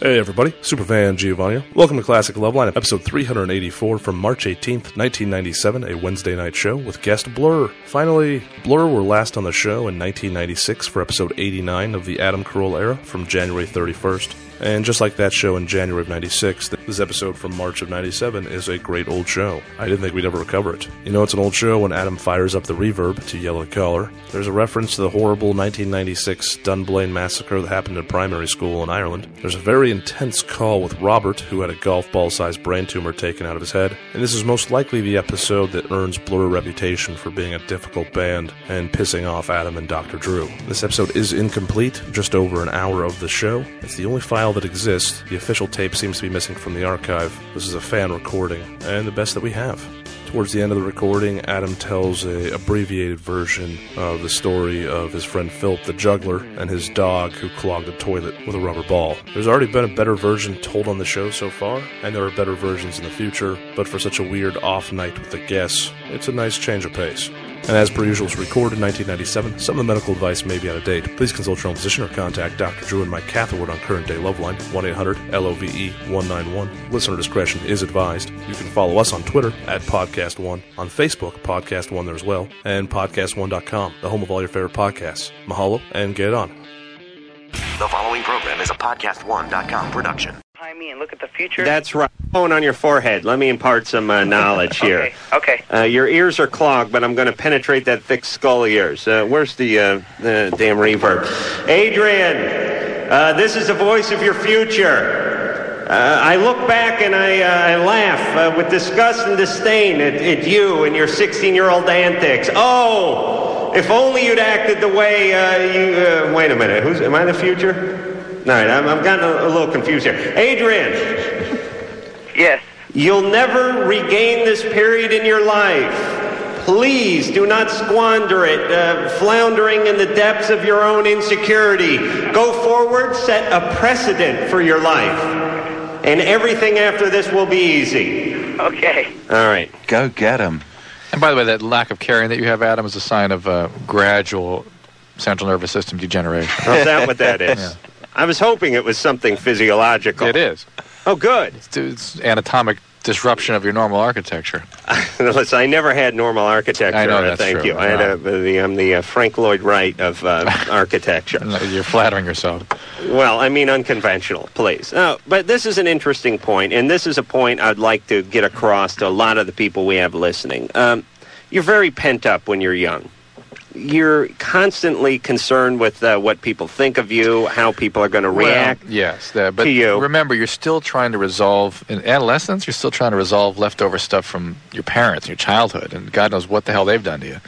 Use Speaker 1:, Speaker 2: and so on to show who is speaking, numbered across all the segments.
Speaker 1: Hey everybody, Superfan Giovanni. Welcome to Classic Loveline, episode 384 from March 18th, 1997, a Wednesday night show with guest Blur. Finally, Blur were last on the show in 1996 for episode 89 of the Adam Carolla era from January 31st. And just like that show in January of 96, this episode from March of 97 is a great old show. I didn't think we'd ever recover it. You know, it's an old show when Adam fires up the reverb to yell at caller. There's a reference to the horrible 1996 Dunblane massacre that happened in primary school in Ireland. There's a very intense call with Robert, who had a golf ball sized brain tumor taken out of his head. And this is most likely the episode that earns Blur a reputation for being a difficult band and pissing off Adam and Dr. Drew. This episode is incomplete, just over an hour of the show. It's the only file that exists. The official tape seems to be missing from the archive. This is a fan recording, and the best that we have. Towards the end of the recording, Adam tells a abbreviated version of the story of his friend Philip the juggler and his dog who clogged a toilet with a rubber ball. There's already been a better version told on the show so far, and there are better versions in the future, but for such a weird off night with the guests, it's a nice change of pace. And as per usual, it's recorded in 1997. Some of the medical advice may be out of date. Please consult your own physician or contact Dr. Drew and Mike Catherwood on Current Day Loveline, 1 800 LOVE 191. Listener discretion is advised. You can follow us on Twitter at Podcast One, on Facebook, Podcast One there as well, and PodcastOne.com, the home of all your favorite podcasts. Mahalo and get it on.
Speaker 2: The following program is a podcast1.com production.
Speaker 3: behind me and look at the future?
Speaker 4: That's right. Phone on your forehead. Let me impart some uh, knowledge here.
Speaker 3: okay. Okay.
Speaker 4: Uh, your ears are clogged, but I'm going to penetrate that thick skull of yours. Uh, where's the, uh, the damn reverb? Adrian, uh, this is the voice of your future. Uh, I look back and I, uh, I laugh uh, with disgust and disdain at, at you and your 16 year old antics. Oh, if only you'd acted the way uh, you. Uh, wait a minute. Who's, am I the future? All right, I'm, I'm gotten a, a little confused here. Adrian,
Speaker 3: Yes.
Speaker 4: You'll never regain this period in your life. Please do not squander it, uh, floundering in the depths of your own insecurity. Go forward, set a precedent for your life. And everything after this will be easy.
Speaker 3: Okay.
Speaker 4: All right.
Speaker 5: Go get him.
Speaker 6: And by the way, that lack of caring that you have, Adam, is a sign of uh, gradual central nervous system degeneration.
Speaker 4: How's that what that is? I was hoping it was something physiological.
Speaker 6: it is.
Speaker 4: Oh, good.
Speaker 6: It's, it's anatomic disruption of your normal architecture.
Speaker 4: Listen, I never had normal architecture.
Speaker 6: I know,
Speaker 4: uh,
Speaker 6: that's
Speaker 4: thank
Speaker 6: true.
Speaker 4: you. I had a, the, I'm the uh, Frank Lloyd Wright of uh, architecture.
Speaker 6: You're flattering yourself.
Speaker 4: Well, I mean unconventional, please. Oh, but this is an interesting point, and this is a point I'd like to get across to a lot of the people we have listening. Um, you're very pent up when you're young. You're constantly concerned with uh, what people think of you, how people are going to react.
Speaker 6: Well, yes, that, Uh, but
Speaker 4: to you.
Speaker 6: remember, you're still trying to resolve in adolescence. You're still trying to resolve leftover stuff from your parents, your childhood, and God knows what the hell they've done to you.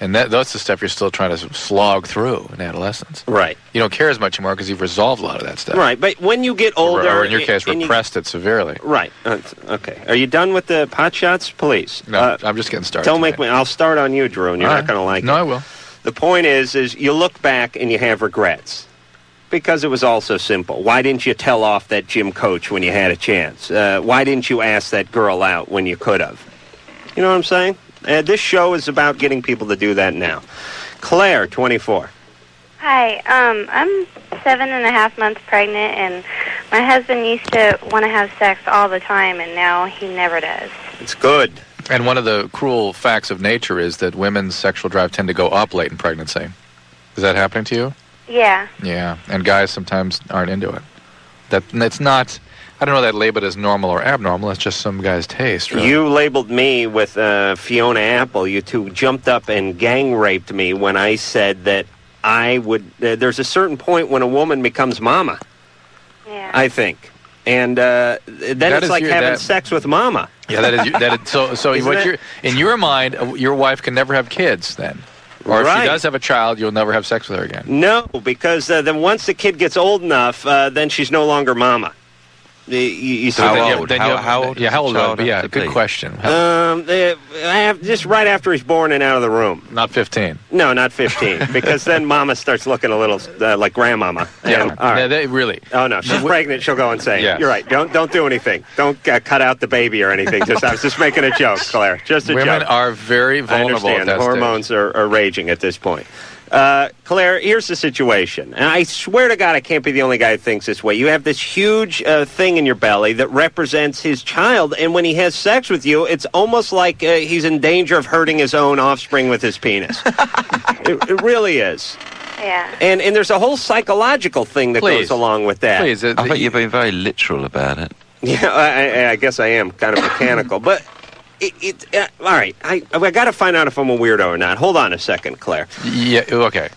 Speaker 6: And that, that's the stuff you're still trying to slog through in adolescence.
Speaker 4: right.
Speaker 6: You don't care as much anymore because you've resolved a lot of that stuff.
Speaker 4: Right. But when you get
Speaker 6: Or,
Speaker 4: older.
Speaker 6: or in your case,
Speaker 4: and you-
Speaker 6: repressed it severely.
Speaker 4: right. Uh, okay. Are you done with the pot shots? Please.
Speaker 6: No,
Speaker 4: Uh,
Speaker 6: I'm just getting started.
Speaker 4: don't make me.
Speaker 6: tonight.
Speaker 4: I'll start on you, Drew, and you're
Speaker 6: All
Speaker 4: not
Speaker 6: right.
Speaker 4: going to like it.
Speaker 6: No, I will.
Speaker 4: The point is, is you look back and you have regrets because it was all so simple. Why didn't you tell off that gym coach when you had a chance? Uh, why didn't you ask that girl out when you could have? You know what I'm saying? Uh, this show is about getting people to do that now. Claire, 24.
Speaker 7: Hi, um, I'm seven and a half months pregnant, and my husband used to want to have sex all the time, and now he never does.
Speaker 4: It's good.
Speaker 6: And one of the cruel facts of nature is that women's sexual drive tend to go up late in pregnancy. Is that happening to you?
Speaker 7: Yeah,
Speaker 6: Yeah. And guys sometimes aren't into it. That that's not. I don't know that labeled as normal or abnormal. That's just some guy's taste. Really.
Speaker 4: You labeled me with uh, Fiona Apple. You two jumped up and gang raped me when I said that I would. Uh, there's a certain point when a woman becomes mama.
Speaker 7: yeah.
Speaker 4: I think. And uh, then
Speaker 6: That
Speaker 4: it's
Speaker 6: is
Speaker 4: like
Speaker 6: your-
Speaker 4: having
Speaker 6: that-
Speaker 4: sex with mama.
Speaker 6: Yeah. That is. That is so. So
Speaker 4: Isn't
Speaker 6: what
Speaker 4: it-
Speaker 6: you're in your mind, uh, your wife can never have kids then. Or if
Speaker 4: Right.
Speaker 6: she does have a child, you'll never have sex with her again.
Speaker 4: No, because uh, then once the kid gets old enough, uh, then she's no longer mama. The- You, you see
Speaker 5: How
Speaker 4: that?
Speaker 6: you-
Speaker 5: old?
Speaker 6: you
Speaker 5: How-
Speaker 6: have-
Speaker 5: how old
Speaker 6: Yeah,
Speaker 5: does
Speaker 6: how
Speaker 5: the
Speaker 6: old? would
Speaker 5: child
Speaker 6: it be?
Speaker 5: have
Speaker 6: Yeah,
Speaker 5: to
Speaker 6: good
Speaker 5: be?
Speaker 6: question. How-
Speaker 4: Um, uh, af- just right after he's born and out of the room.
Speaker 6: not 15.
Speaker 4: No, not 15, because then mama starts looking a little uh, like grandmama.
Speaker 6: Yeah.
Speaker 4: And- all right.
Speaker 6: Yeah, they, really.
Speaker 4: Oh no, she's pregnant. She'll go insane.
Speaker 6: Yes.
Speaker 4: You're right. Don't don't do anything. Don't uh, cut out the baby or anything. Just I was just making a joke, Claire. Just a
Speaker 6: Women
Speaker 4: joke.
Speaker 6: are very
Speaker 4: I
Speaker 6: vulnerable. at
Speaker 4: understand.
Speaker 6: that stage.
Speaker 4: Hormones are, are raging at this point. Uh, Claire, here's the situation. And I swear to God, I can't be the only guy who thinks this way. You have this huge uh, thing in your belly that represents his child, and when he has sex with you, it's almost like uh, he's in danger of hurting his own offspring with his penis. it, it really is.
Speaker 7: Yeah.
Speaker 4: And, and there's a whole psychological thing that
Speaker 6: Please.
Speaker 4: goes along with that.
Speaker 6: Please, uh,
Speaker 8: Oh,
Speaker 5: I bet
Speaker 6: you,
Speaker 5: you're being very literal about it.
Speaker 4: Yeah, I, I, I guess I am kind of mechanical, but it. it uh, all right, I I got to find out if I'm a weirdo or not. Hold on a second, Claire.
Speaker 6: yeah, okay.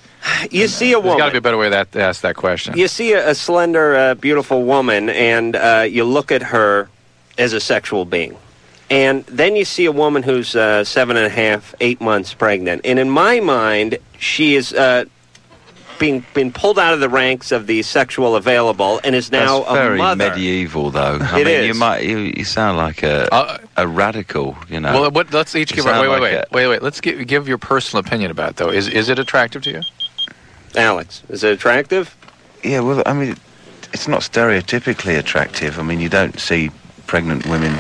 Speaker 4: You see a
Speaker 6: There's got to
Speaker 4: woman.
Speaker 6: be a better way that, to ask that question.
Speaker 4: you see a, a slender, uh, beautiful woman, and uh, you look at her as a sexual being. And then you see a woman who's uh, seven and a half, eight months pregnant. And in my mind, she is uh, being been pulled out of the ranks of the sexual available and is now
Speaker 5: That's very
Speaker 4: a mother.
Speaker 5: medieval, though. I
Speaker 4: It
Speaker 5: mean, you
Speaker 4: is.
Speaker 5: might you, you sound like a
Speaker 6: Uh,
Speaker 5: a radical, you know.
Speaker 6: Well, what, let's each
Speaker 5: You
Speaker 6: give. Our, wait,
Speaker 5: sound
Speaker 6: wait,
Speaker 5: like
Speaker 6: wait,
Speaker 5: a-
Speaker 6: wait, wait. Let's give, give your personal opinion about it, though. Is is it attractive to you?
Speaker 4: Alex, is it attractive?
Speaker 5: yeah, well, I mean, it's not stereotypically attractive. I mean, you don't see pregnant women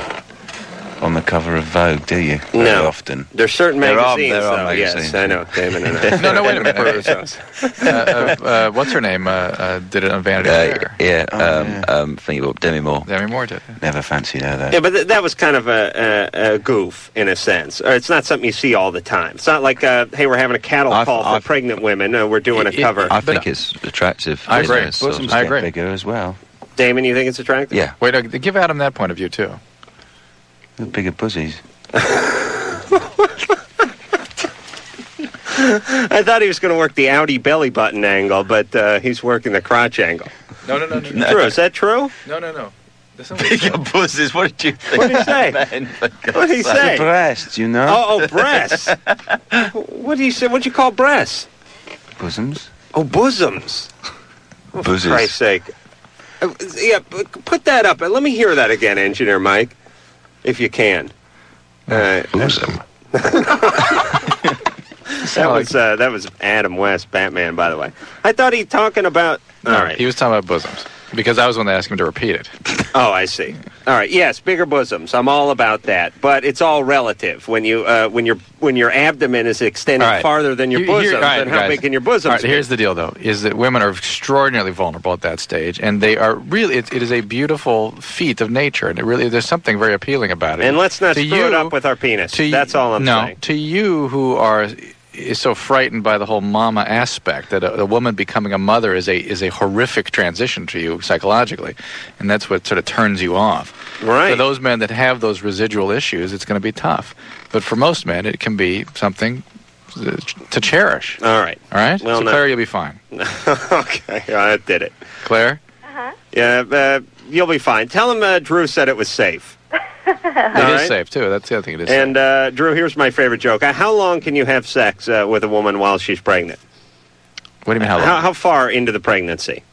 Speaker 5: on the cover of Vogue, do you? Very
Speaker 4: No.
Speaker 5: often.
Speaker 4: There's certain
Speaker 5: There are-
Speaker 4: magazines,
Speaker 5: there are
Speaker 4: though.
Speaker 5: magazines.
Speaker 4: Yes, I know, Damon and I.
Speaker 6: No, no. Wait a minute. uh, uh, uh, what's her name? Uh, uh, did it on Vanity
Speaker 5: Uh,
Speaker 6: Fair?
Speaker 5: yeah,
Speaker 6: Oh,
Speaker 5: um,
Speaker 6: yeah.
Speaker 5: Um, think about Demi Moore.
Speaker 6: Demi Moore did.
Speaker 5: Never fancied her though.
Speaker 4: Yeah, but th- that was kind of a, a, a goof in a sense. Or it's not something you see all the time. It's not like, uh, hey, we're having a cattle
Speaker 5: I've-
Speaker 4: call
Speaker 5: I've-
Speaker 4: for pregnant women. Uh, we're doing a
Speaker 6: It- it-
Speaker 4: cover.
Speaker 5: I
Speaker 6: but
Speaker 5: think it's attractive.
Speaker 6: I
Speaker 5: you
Speaker 6: agree.
Speaker 5: know, sort of
Speaker 6: Bosoms I
Speaker 5: get
Speaker 6: agree.
Speaker 5: Bigger as well.
Speaker 4: Damon, you think it's attractive?
Speaker 5: Yeah,
Speaker 6: Wait, uh, give Adam that point of view too.
Speaker 5: bigger pussies.
Speaker 4: I thought he was going to work the Audi belly button angle, but uh, he's working the crotch angle.
Speaker 6: No, no, no, no,
Speaker 4: True? Is that true?
Speaker 6: no, no, no. That's not
Speaker 5: Bigger pussies. What did you think?
Speaker 4: What did he say? What did he
Speaker 5: The
Speaker 4: say?
Speaker 5: breasts, you know.
Speaker 4: Oh, oh, breasts. what do you say? What'd you call breasts?
Speaker 5: Bosoms.
Speaker 4: Oh, bosoms. Oh,
Speaker 5: Bosoms.
Speaker 4: Christ's sake. Uh, yeah, p- put that up. Let me hear that again, Engineer Mike, if you can. Uh,
Speaker 5: Bosom.
Speaker 4: that was uh, that was Adam West, Batman. By the way, I thought he talking about. All right.
Speaker 6: He was talking about bosoms because I was going to ask him to repeat it.
Speaker 4: Oh, I see. All right. Yes, bigger bosoms. I'm all about that, but it's all relative. When you uh, when your when your abdomen is extended
Speaker 6: All right.
Speaker 4: farther than your
Speaker 6: You- you-
Speaker 4: bosom,
Speaker 6: all right,
Speaker 4: then how
Speaker 6: guys.
Speaker 4: big can your bosom?
Speaker 6: All right, here's the deal, though, is that women are extraordinarily vulnerable at that stage, and they are really. It, it is a beautiful feat of nature, and it really there's something very appealing about it.
Speaker 4: and let's not
Speaker 6: To
Speaker 4: screw
Speaker 6: you-
Speaker 4: it up with our penis.
Speaker 6: to you-
Speaker 4: That's all I'm
Speaker 6: no,
Speaker 4: saying.
Speaker 6: to you who are is so frightened by the whole mama aspect that a, a woman becoming a mother is a is a horrific transition to you psychologically, and that's what sort of turns you off.
Speaker 4: Right.
Speaker 6: For those men that have those residual issues, it's going to be tough. But for most men, it can be something uh, to cherish.
Speaker 4: All right.
Speaker 6: All right.
Speaker 4: Well,
Speaker 6: so
Speaker 4: no.
Speaker 6: Claire, you'll be fine.
Speaker 4: okay, I did it.
Speaker 6: Claire.
Speaker 4: Yeah, uh, you'll be fine. Tell him uh, Drew said it was safe.
Speaker 6: It is
Speaker 4: right.
Speaker 6: safe too. That's the other thing. It is. safe.
Speaker 4: And uh, Drew, here's my favorite joke. Uh, How long can you have sex uh, with a woman while she's pregnant?
Speaker 6: What do you mean how long?
Speaker 4: How, how far into the pregnancy?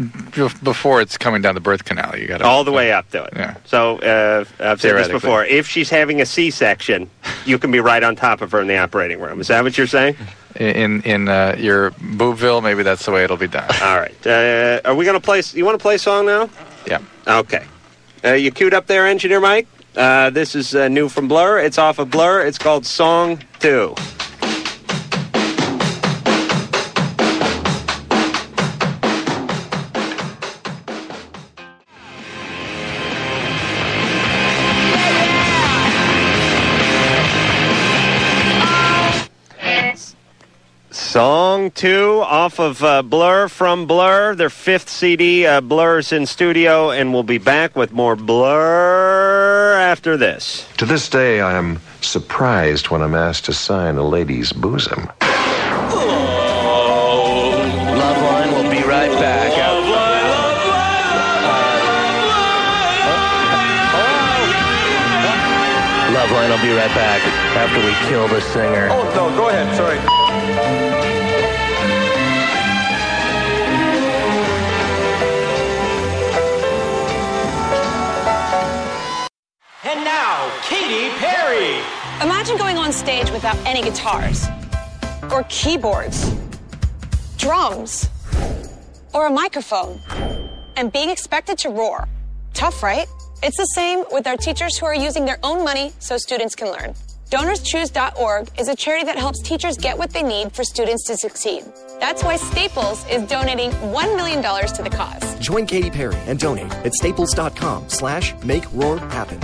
Speaker 6: Bef- Before it's coming down the birth canal, you got
Speaker 4: All the way up to it.
Speaker 6: Yeah.
Speaker 4: So uh, I've said this
Speaker 6: Theoretically.
Speaker 4: before. If she's having a C-section, you can be right on top of her in the operating room. Is that what you're saying?
Speaker 6: in in uh, your boobville. Maybe that's the way it'll be done.
Speaker 4: All right. Uh, are we going to play? You want to play a song now?
Speaker 6: yeah.
Speaker 4: Okay. Uh, you queued up there, Engineer Mike? Uh, this is uh, new from Blur. It's off of Blur. It's called Song 2. Song two off of uh, Blur from Blur, their fifth CD. Uh, Blur's in studio, and we'll be back with more Blur after this.
Speaker 9: To this day, I am surprised when I'm asked to sign a lady's bosom.
Speaker 10: Loveline will be right back. Loveline will be right back after we kill the singer. Oh, no, go ahead, sorry. And now, Katy Perry.
Speaker 11: Imagine going on stage without any guitars, or keyboards, drums, or a microphone, and being expected to roar. Tough, right? It's the same with our teachers who are using their own money so students can learn. DonorsChoose.org is a charity that helps teachers get what they need for students to succeed. That's why Staples is donating $1 million to the cause.
Speaker 12: Join Katy Perry and donate at staples.com slash make roar happen.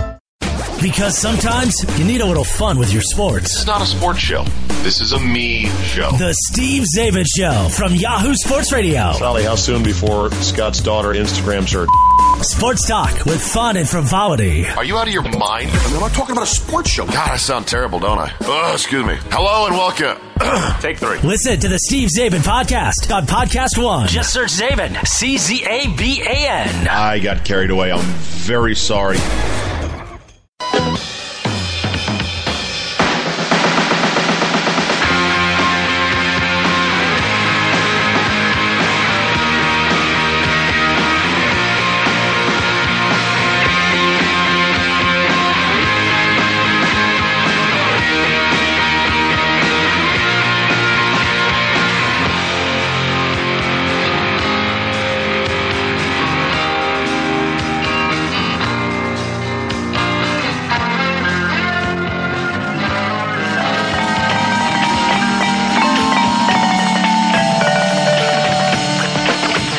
Speaker 13: Because sometimes you need a little fun with your sports.
Speaker 14: This is not a sports show. This is a me show.
Speaker 13: The Steve Zabit Show from Yahoo Sports Radio.
Speaker 15: Sally, how soon before Scott's daughter Instagrams her?
Speaker 13: Sports talk with fun and frivolity.
Speaker 14: Are you out of your mind? I
Speaker 16: mean, I'm not talking about a sports show.
Speaker 14: God, I sound terrible, don't I? Oh, excuse me. Hello and welcome. Take three.
Speaker 13: Listen to the Steve Zabin podcast on Podcast One.
Speaker 17: Just search Zabin, C Z A B A N.
Speaker 15: I got carried away. I'm very sorry.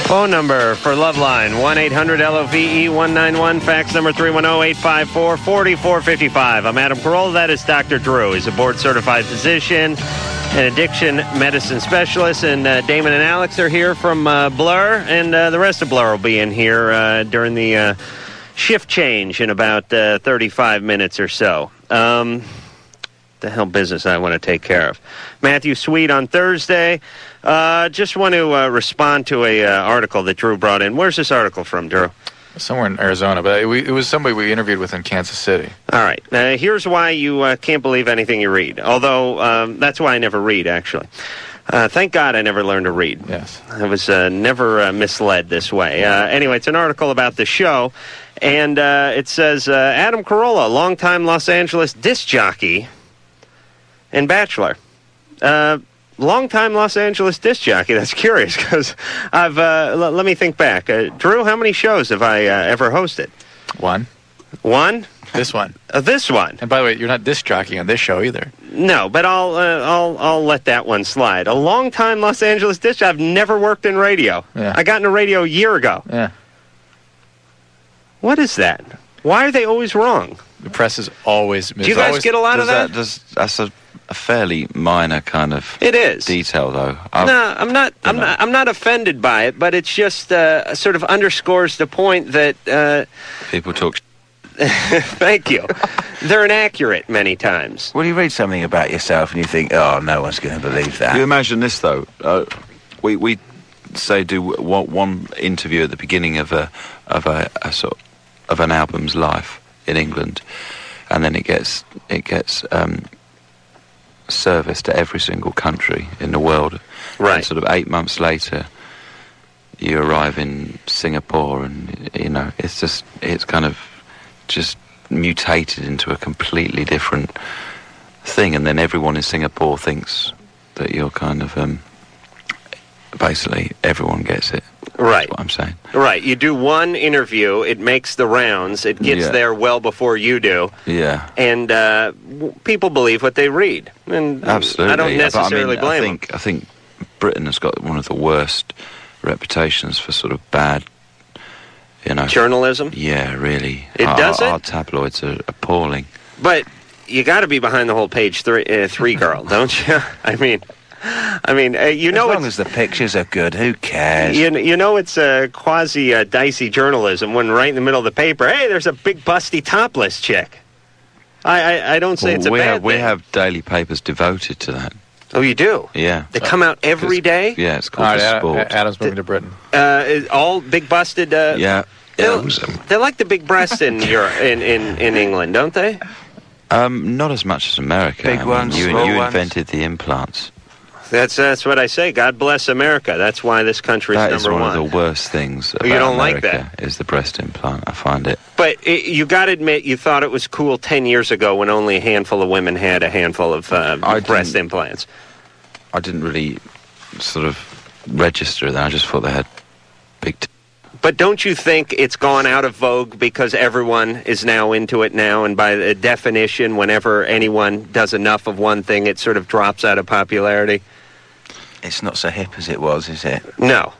Speaker 4: Phone number for Loveline 1 800 LOVE 191, fax number 310 854 4455. I'm Adam Carolla. That is Dr. Drew. He's a board certified physician and addiction medicine specialist. And uh, Damon and Alex are here from uh, Blur, and uh, the rest of Blur will be in here uh, during the uh, shift change in about uh, 35 minutes or so. Um, the hell business I want to take care of. Matthew Sweet on Thursday. Uh, just want to uh, respond to a uh, article that Drew brought in. Where's this article from, Drew?
Speaker 6: Somewhere in Arizona, but it, we, it was somebody we interviewed with in Kansas City.
Speaker 4: All right. Uh, here's why you uh, can't believe anything you read. Although um, that's why I never read, actually. Uh, thank God I never learned to read.
Speaker 6: Yes.
Speaker 4: I was uh, never uh, misled this way. Uh, anyway, it's an article about the show, and uh, it says uh, Adam Carolla, longtime Los Angeles disc jockey and Bachelor. Uh, longtime Los Angeles disc jockey. That's curious because I've. Uh, l- let me think back. Uh, Drew, how many shows have I uh, ever hosted?
Speaker 6: One.
Speaker 4: One.
Speaker 6: This one.
Speaker 4: Uh, this one.
Speaker 6: And by the way, you're not disc jockeying on this show either.
Speaker 4: No, but I'll uh, I'll I'll let that one slide. A longtime Los Angeles disc. I've never worked in radio.
Speaker 6: Yeah.
Speaker 4: I got into radio a year ago.
Speaker 6: Yeah.
Speaker 4: What is that? Why are they always wrong?
Speaker 6: The press is always. mis-
Speaker 4: Do you guys
Speaker 6: always-
Speaker 4: get a lot of
Speaker 5: Does
Speaker 4: that?
Speaker 5: that, does, that's a, a fairly minor kind of
Speaker 4: It is.
Speaker 5: detail, though. I've-
Speaker 4: no, I'm not. I'm not. I'm not offended by it, but it's just uh, sort of underscores the point that. Uh,
Speaker 5: People talk.
Speaker 4: thank you. They're inaccurate many times.
Speaker 5: Well, you read something about yourself and you think, oh, no one's going to believe that.
Speaker 8: You imagine this though. Uh, we we say do one, one interview at the beginning of a of a, a sort of an album's life in England, and then it gets it gets um, service to every single country in the world.
Speaker 4: Right.
Speaker 8: And sort of eight months later, you arrive in Singapore, and you know it's just it's kind of just mutated into a completely different thing, and then everyone in Singapore thinks that you're kind of um, basically everyone gets it.
Speaker 4: Right.
Speaker 8: What I'm saying.
Speaker 4: Right. You do one interview, it makes the rounds, it gets
Speaker 8: Yeah.
Speaker 4: there well before you do,
Speaker 8: Yeah.
Speaker 4: and uh, w- people believe what they read. And
Speaker 8: Mm, Absolutely.
Speaker 4: I don't
Speaker 8: Yeah, but
Speaker 4: necessarily
Speaker 8: I mean,
Speaker 4: blame
Speaker 8: I think, I think Britain has got one of the worst reputations for sort of bad, you know.
Speaker 4: them. Journalism.
Speaker 8: Yeah, really.
Speaker 4: It
Speaker 8: Our-
Speaker 4: does
Speaker 8: our,
Speaker 4: it?
Speaker 8: Our tabloids are appalling.
Speaker 4: But you got to be behind the whole page three, uh, three girl, don't you? I mean, I mean, uh, you
Speaker 5: as
Speaker 4: know it's.
Speaker 5: long as the pictures are good, who cares?
Speaker 4: You, you know, it's uh, quasi uh, dicey journalism when right in the middle of the paper, hey, there's a big busty topless chick. I, I, I don't say
Speaker 8: Well,
Speaker 4: it's a
Speaker 8: we
Speaker 4: bad
Speaker 8: have we
Speaker 4: thing.
Speaker 8: have daily papers devoted to that.
Speaker 4: oh, you do?
Speaker 8: Yeah.
Speaker 4: They come out every day?
Speaker 8: Yeah, it's
Speaker 6: All
Speaker 8: called
Speaker 6: right,
Speaker 8: the
Speaker 6: Ad-
Speaker 8: sport.
Speaker 6: Ad- Adam's moving to Britain.
Speaker 4: Uh, is all big busted. Uh,
Speaker 8: yeah.
Speaker 4: They're, they're like the big breasts in Europe, in, in, in England, don't they?
Speaker 8: Um, not as much as America. I
Speaker 5: Big
Speaker 8: mean,
Speaker 5: ones,
Speaker 8: You,
Speaker 5: small
Speaker 8: you
Speaker 5: ones.
Speaker 8: invented the implants.
Speaker 4: That's that's what I say. God bless America. That's why this country
Speaker 8: That
Speaker 4: is
Speaker 8: is
Speaker 4: number
Speaker 8: one,
Speaker 4: one. Oh,
Speaker 8: of the worst things about
Speaker 4: You don't like
Speaker 8: America is the breast implant. I find it.
Speaker 4: But it, you got to admit, you thought it was cool ten years ago when only a handful of women had a handful of uh,
Speaker 8: I
Speaker 4: breast
Speaker 8: didn't-
Speaker 4: implants.
Speaker 8: I didn't really sort of register that. I just thought they had big. T-
Speaker 4: But don't you think it's gone out of vogue because everyone is now into it now? And by the definition, whenever anyone does enough of one thing, it sort of drops out of popularity?
Speaker 5: It's not so hip as it was, is it?
Speaker 4: No.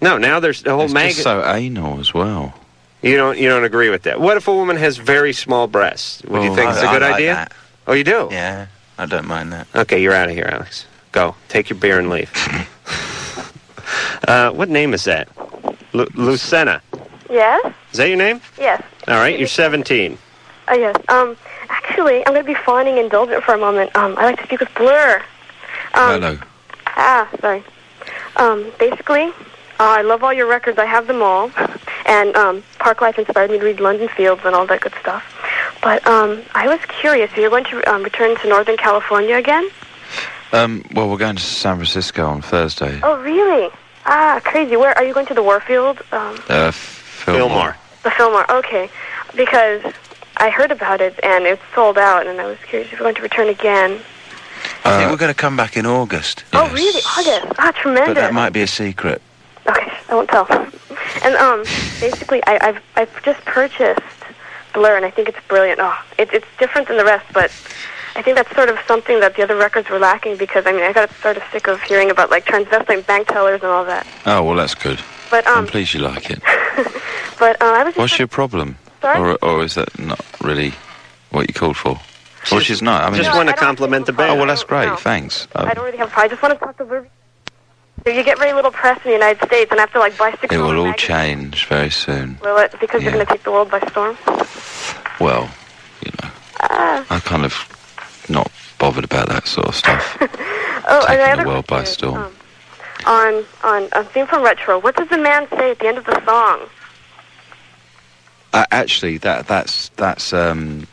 Speaker 4: No, now there's the whole
Speaker 5: it's just
Speaker 4: magazine.
Speaker 5: so uh, anal as well.
Speaker 4: You don't you don't agree with that? What if a woman has very small breasts? Would you
Speaker 5: Well,
Speaker 4: think
Speaker 5: I-
Speaker 4: it's a
Speaker 5: I
Speaker 4: good
Speaker 5: like
Speaker 4: idea?
Speaker 5: that.
Speaker 4: Oh, you do?
Speaker 5: Yeah, I don't mind that.
Speaker 4: Okay, you're out of here, Alex. Go take your beer and leave. uh, what name is that? Lu- Lucena.
Speaker 16: Yes?
Speaker 4: Is that your name?
Speaker 16: Yes.
Speaker 4: All right, you're 17.
Speaker 16: Oh, yes. Um, actually, I'm going to be fawning indulgent for a moment. Um, I'd like to speak with Blur. Um,
Speaker 8: Hello.
Speaker 16: Ah, sorry. Um, basically, uh, I love all your records. I have them all. And um, Park Life inspired me to read London Fields and all that good stuff. But um, I was curious. You're going to um, return to Northern California again?
Speaker 8: Um, well, we're going to San Francisco on Thursday.
Speaker 16: Oh, really? Ah, crazy. Where are you going to the Warfield? Um,
Speaker 8: Uh, Fillmore.
Speaker 16: the Fillmore. Okay, because I heard about it and it's sold out, and I was curious if you're going to return again.
Speaker 5: I think we're going to come back in August,
Speaker 16: Oh, really? August? Ah,
Speaker 5: but um,
Speaker 16: tremendous.
Speaker 5: that might be a secret.
Speaker 16: Okay, I won't tell. And um, basically, I, I've I've just purchased Blur, and I think it's brilliant. Oh, it, it's different than the rest, but I think that's sort of something that the other records were lacking because I mean I got sort of sick of hearing about like transvestite bank tellers and all that.
Speaker 8: Oh, well, that's good.
Speaker 16: But
Speaker 8: I'm
Speaker 16: um,
Speaker 8: pleased you like it.
Speaker 16: but uh, I was
Speaker 8: What's your problem?
Speaker 16: Sorry?
Speaker 8: Or, or is that not really what you called for? Well, she's not. I mean,
Speaker 4: Just
Speaker 8: it's-
Speaker 4: want to compliment the band.
Speaker 8: Oh, well, that's great. Thanks.
Speaker 16: I
Speaker 8: Um,
Speaker 16: don't really have time. I just want to talk to Blur. You get very little press in the United States, and I have to like buy six.
Speaker 8: it will all
Speaker 16: magazines,
Speaker 8: change very soon.
Speaker 16: will it? Because they're going to take the world by storm. Ah.
Speaker 8: Well, you know, I'm kind of not bothered about that sort of stuff.
Speaker 16: Oh, and I
Speaker 8: Taking
Speaker 16: have
Speaker 8: the
Speaker 16: a
Speaker 8: world by
Speaker 16: question.
Speaker 8: storm.
Speaker 16: on on a theme from retro. What does the man say at the end of the song?
Speaker 8: Uh, actually, that that's that's um,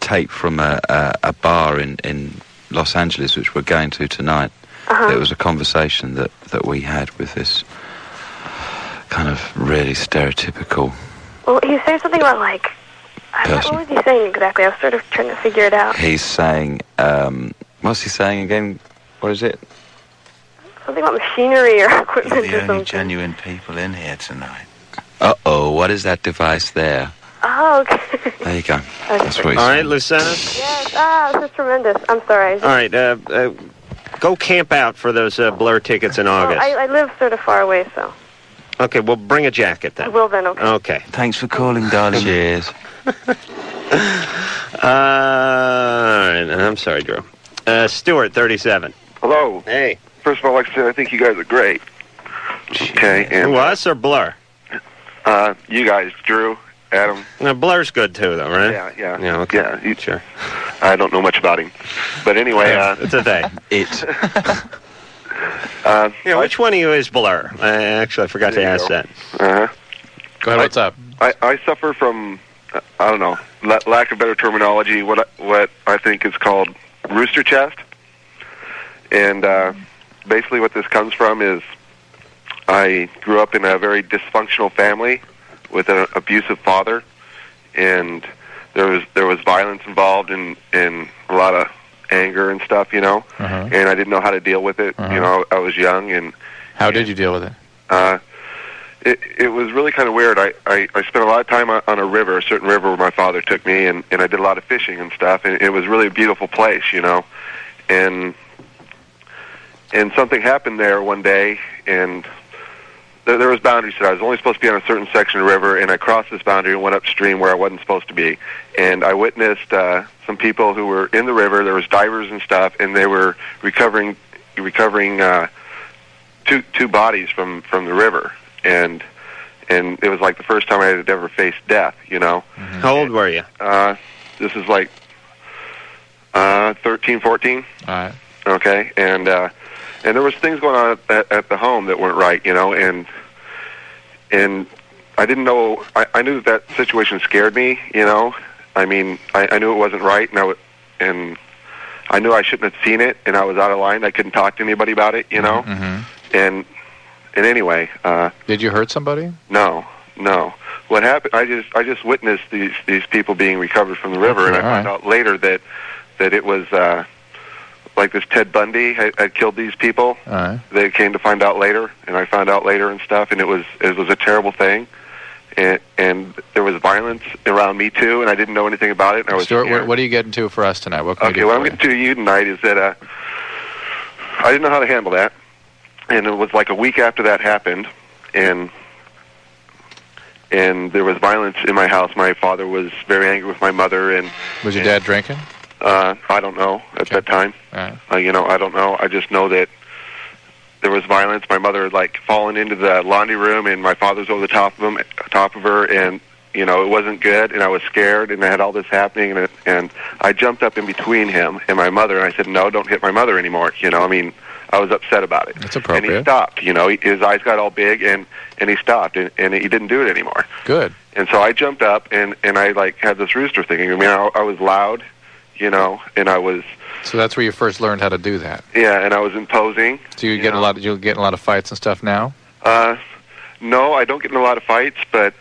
Speaker 8: tape from a, a, a bar in, in Los Angeles, which we're going to tonight.
Speaker 16: Uh-huh.
Speaker 8: It was a conversation that, that we had with this kind of really stereotypical.
Speaker 16: Well, he was saying something about like. I don't know, what was he saying exactly? I was sort of trying to figure it out.
Speaker 8: He's saying, um, what's he saying again? What is it?
Speaker 16: Something about machinery or
Speaker 5: You're
Speaker 16: equipment or
Speaker 5: the only
Speaker 16: something.
Speaker 5: genuine people in here tonight.
Speaker 8: Uh oh, what is that device there?
Speaker 16: Oh, okay.
Speaker 8: There you go. That's
Speaker 4: All
Speaker 8: what he's
Speaker 4: right, Lucena.
Speaker 16: Yes. Ah, this is tremendous. I'm sorry.
Speaker 4: All right, uh, uh, go camp out for those uh, Blur tickets in
Speaker 16: Oh,
Speaker 4: August.
Speaker 16: I, I live sort of far away, so
Speaker 4: Okay, well, bring a jacket
Speaker 16: I
Speaker 4: then.
Speaker 16: will then. Okay.
Speaker 4: Okay.
Speaker 5: Thanks for calling, darling.
Speaker 8: Cheers.
Speaker 4: Uh, all right, I'm sorry, Drew. Uh, Stuart, 37.
Speaker 18: Hello.
Speaker 4: Hey.
Speaker 18: First of all, like I said, I think you guys are great. Okay. And,
Speaker 4: Who, us or Blur?
Speaker 18: Uh, you guys, Drew, Adam.
Speaker 4: No, Blur's good too, though, right?
Speaker 18: Yeah, yeah.
Speaker 4: Yeah, okay.
Speaker 18: Yeah, you-
Speaker 4: sure.
Speaker 18: I don't know much about him, but anyway, uh,
Speaker 4: it's a day.
Speaker 8: It.
Speaker 18: uh,
Speaker 4: Yeah, which one of you is Blur? I, actually, I forgot to
Speaker 18: There you
Speaker 4: ask
Speaker 18: go.
Speaker 4: that.
Speaker 18: uh-huh.
Speaker 6: Go ahead. What's up?
Speaker 18: I, I suffer from, uh, I don't know, la- lack of better terminology. What I, what I think is called rooster chest, and uh, basically what this comes from is I grew up in a very dysfunctional family with an abusive father, and there was there was violence involved and and a lot of anger and stuff, you know.
Speaker 6: Uh-huh.
Speaker 18: And I didn't know how to deal with it. You know, I was young and
Speaker 6: How did you deal with it?
Speaker 18: uh, it, it was really kind of weird. I, I, I spent a lot of time on, on a river, a certain river where my father took me, and, and I did a lot of fishing and stuff, and it was really a beautiful place, you know. And and something happened there one day, and there, there was boundaries that I was only supposed to be on a certain section of the river, and I crossed this boundary and went upstream where I wasn't supposed to be. And I witnessed uh, some people who were in the river. There was divers and stuff, and they were recovering recovering uh, two two bodies from from the river, and and it was like the first time I had ever faced death. You know,
Speaker 4: Mm-hmm. How old were you?
Speaker 18: uh, this is like uh, thirteen, fourteen.
Speaker 6: All right.
Speaker 18: Okay, and uh, and there was things going on at, at the home that weren't right, you know, and and I didn't know. I, I knew that that situation scared me, you know. I mean, I, I knew it wasn't right, and I w- and I knew I shouldn't have seen it, and I was out of line. I couldn't talk to anybody about it, you know.
Speaker 6: Mm-hmm.
Speaker 18: And and anyway, uh,
Speaker 6: Did you hurt somebody?
Speaker 18: no, no. What happened? I just I just witnessed these these people being recovered from the river, and I
Speaker 6: All right.
Speaker 18: found out later that that it was uh, like this Ted Bundy had, had killed these people.
Speaker 6: All right.
Speaker 18: They came to find out later, and I found out later and stuff, and it was it was a terrible thing. And, and there was violence around me too, and I didn't know anything about it. And I was
Speaker 6: Stuart,
Speaker 18: scared.
Speaker 6: what, what are you getting to for us tonight? What can we
Speaker 18: Okay,
Speaker 6: do
Speaker 18: what I'm
Speaker 6: for you?
Speaker 18: going to do to you tonight is that uh, I didn't know how to handle that, and it was like a week after that happened, and and there was violence in my house. My father was very angry with my mother, and
Speaker 6: Was your dad drinking?
Speaker 18: uh, I don't know at that time.
Speaker 6: All right.
Speaker 18: Uh, you know, I don't know. I just know that there was violence. My mother had like fallen into the laundry room, and my father's over the top of him, top of her, and you know it wasn't good. And I was scared, and I had all this happening, and it, and I jumped up in between him and my mother, and I said, "No, don't hit my mother anymore." You know, I mean, I was upset about it.
Speaker 6: That's
Speaker 18: And he
Speaker 6: appropriate.
Speaker 18: stopped. You know, he, his eyes got all big, and and he stopped, and, and he didn't do it anymore.
Speaker 6: Good.
Speaker 18: And so I jumped up, and and I like had this rooster thinking. I mean, I, I was loud, you know, and I was
Speaker 6: So that's where you first learned how to do that.
Speaker 18: yeah, and I was imposing.
Speaker 6: Do you, get a lot? Of, you get in a lot of fights and stuff now.
Speaker 18: Uh, no, I don't get in a lot of fights, but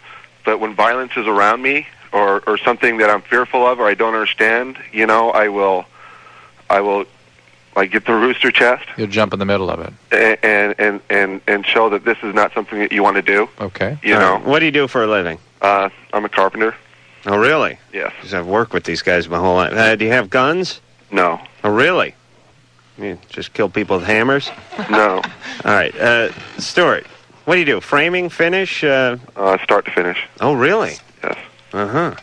Speaker 18: but when violence is around me or or something that I'm fearful of or I don't understand, you know, I will I will like get the rooster chest
Speaker 6: You'll jump in the middle of it.
Speaker 18: and and and and, and show that this is not something that you want to do.
Speaker 6: Okay.
Speaker 18: You know,
Speaker 4: What do you do for a living?
Speaker 18: uh, I'm a carpenter.
Speaker 4: Oh, really?
Speaker 18: Yes.
Speaker 4: Because I've worked with these guys my whole life. Uh, do you have guns?
Speaker 18: No.
Speaker 4: Oh, really? You just kill people with hammers?
Speaker 18: No.
Speaker 4: All right. Uh, Stuart, what do you do? Framing, finish? Uh...
Speaker 18: Uh, start to finish.
Speaker 4: Oh, really?
Speaker 18: Yes.
Speaker 4: Uh huh.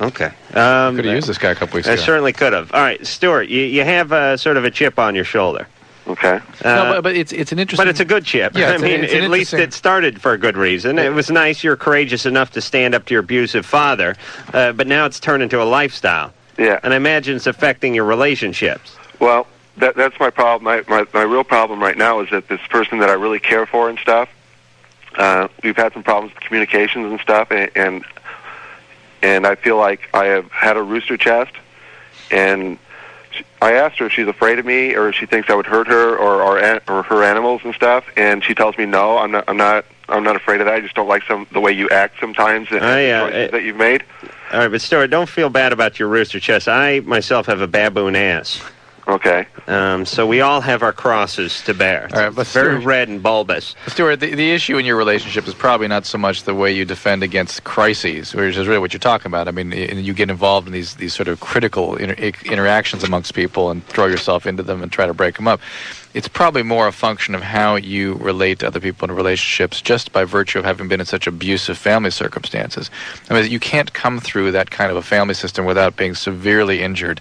Speaker 4: Okay. Um,
Speaker 6: Could have used this guy a couple weeks
Speaker 4: I
Speaker 6: ago.
Speaker 4: certainly could have. All right, Stuart, you, you have uh, sort of a chip on your shoulder. Uh,
Speaker 18: Okay.
Speaker 6: no, but, but it's it's an interesting.
Speaker 4: But it's a good chip.
Speaker 6: Yeah,
Speaker 4: I
Speaker 6: it's a-
Speaker 4: mean,
Speaker 6: it's an
Speaker 4: at least
Speaker 6: interesting-
Speaker 4: it started for a good reason. It was nice. You're courageous enough to stand up to your abusive father, uh, but now it's turned into a lifestyle.
Speaker 18: Yeah.
Speaker 4: And I imagine it's affecting your relationships.
Speaker 18: Well, that that's my problem. My, my my real problem right now is that this person that I really care for and stuff. Uh, we've had some problems with communications and stuff, and and, and I feel like I have had a rooster chest, and she, I asked her if she's afraid of me or if she thinks I would hurt her or or, an, or her animals and stuff, and she tells me no, I'm not, I'm not, I'm not afraid of that. I just don't like some the way you act sometimes and
Speaker 4: Oh, yeah,
Speaker 18: the choices that you've made.
Speaker 4: All right, but Stuart, don't feel bad about your rooster chest. I myself have a baboon ass.
Speaker 18: Okay.
Speaker 4: Um, so we all have our crosses to bear.
Speaker 6: All right, but
Speaker 4: It's very
Speaker 6: Stuart-
Speaker 4: red and bulbous.
Speaker 6: Stuart, the, the issue in your relationship is probably not so much the way you defend against crises, which is really what you're talking about. I mean, y- and you get involved in these, these sort of critical inter- i- interactions amongst people and throw yourself into them and try to break them up. It's probably more a function of how you relate to other people in relationships just by virtue of having been in such abusive family circumstances. I mean, you can't come through that kind of a family system without being severely injured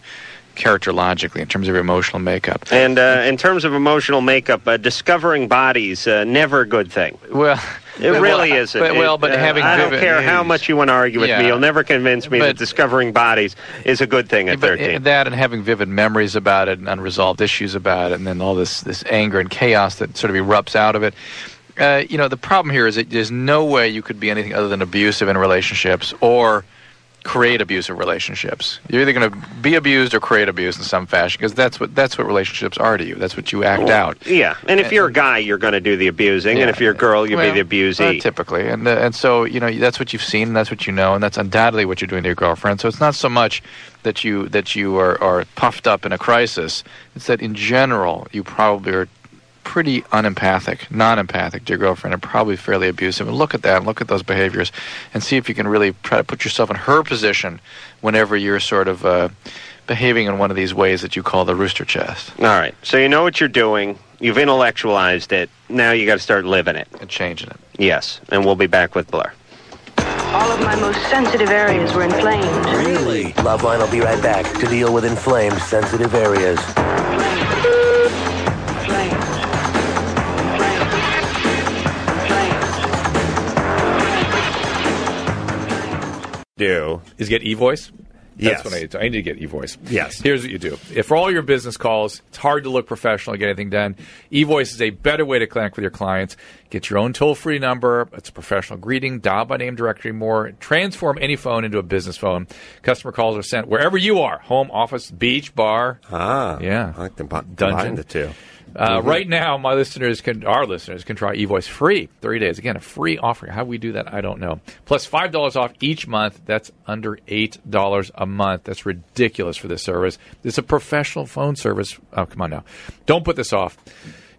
Speaker 6: characterologically in terms of your emotional makeup.
Speaker 4: And uh, in terms of emotional makeup, uh, discovering bodies uh, never a good thing.
Speaker 6: Well,
Speaker 4: It
Speaker 6: well,
Speaker 4: really
Speaker 6: I-
Speaker 4: isn't.
Speaker 6: But,
Speaker 4: It-
Speaker 6: well, but
Speaker 4: uh,
Speaker 6: having
Speaker 4: I don't
Speaker 6: vivid-
Speaker 4: care how much you want to argue with
Speaker 6: Yeah.
Speaker 4: me, you'll never convince me that
Speaker 6: But-
Speaker 4: discovering bodies is a good thing at
Speaker 6: But uh,
Speaker 4: thirteen.
Speaker 6: that and having vivid memories about it and unresolved issues about it, and then all this, this anger and chaos that sort of erupts out of it. Uh, you know, the problem here is that there's no way you could be anything other than abusive in relationships or create abusive relationships. You're either going to be abused or create abuse in some fashion because that's what that's what relationships are to you. That's what you act out.
Speaker 4: yeah, and if you're a guy, you're going to do the abusing, and
Speaker 6: Yeah.
Speaker 4: if you're a girl, you'll
Speaker 6: Well,
Speaker 4: be the abusee.
Speaker 6: uh, typically, and uh, and so you know that's what you've seen, and that's what you know, and that's undoubtedly what you're doing to your girlfriend. So it's not so much that you that you are, are puffed up in a crisis; it's that in general you probably are pretty unempathic, non-empathic to your girlfriend, and probably fairly abusive. And look at that, and look at those behaviors, and see if you can really try to put yourself in her position whenever you're sort of. Uh, Behaving in one of these ways that you call the rooster chest
Speaker 4: All right, so you know what you're doing. You've intellectualized it. Now you got to start living it.
Speaker 6: and changing it.
Speaker 4: Yes, and we'll be back with Blur.
Speaker 13: All of my most sensitive areas were inflamed.
Speaker 19: Really? Loveline will be right back to deal with inflamed, sensitive areas.
Speaker 20: do is get eVoice. That's
Speaker 7: Yes.
Speaker 20: what I need to do. I need to get eVoice.
Speaker 7: Yes.
Speaker 20: Here's what you do. If for all your business calls, it's hard to look professional and get anything done. eVoice is a better way to connect with your clients. Get your own toll free number. It's a professional greeting, dial by name directory more. Transform any phone into a business phone. Customer calls are sent wherever you are home, office, beach, bar. Ah. Yeah. I like
Speaker 7: Combine
Speaker 20: dungeon.
Speaker 7: the two.
Speaker 6: Uh, Right now, my listeners can, our listeners can try eVoice free, 30 days. Again, a free offer. How we do that, I don't know. Plus $5 off each month. That's under $8 a month. That's ridiculous for this service. It's a professional phone service. Oh, come on now. Don't put this off.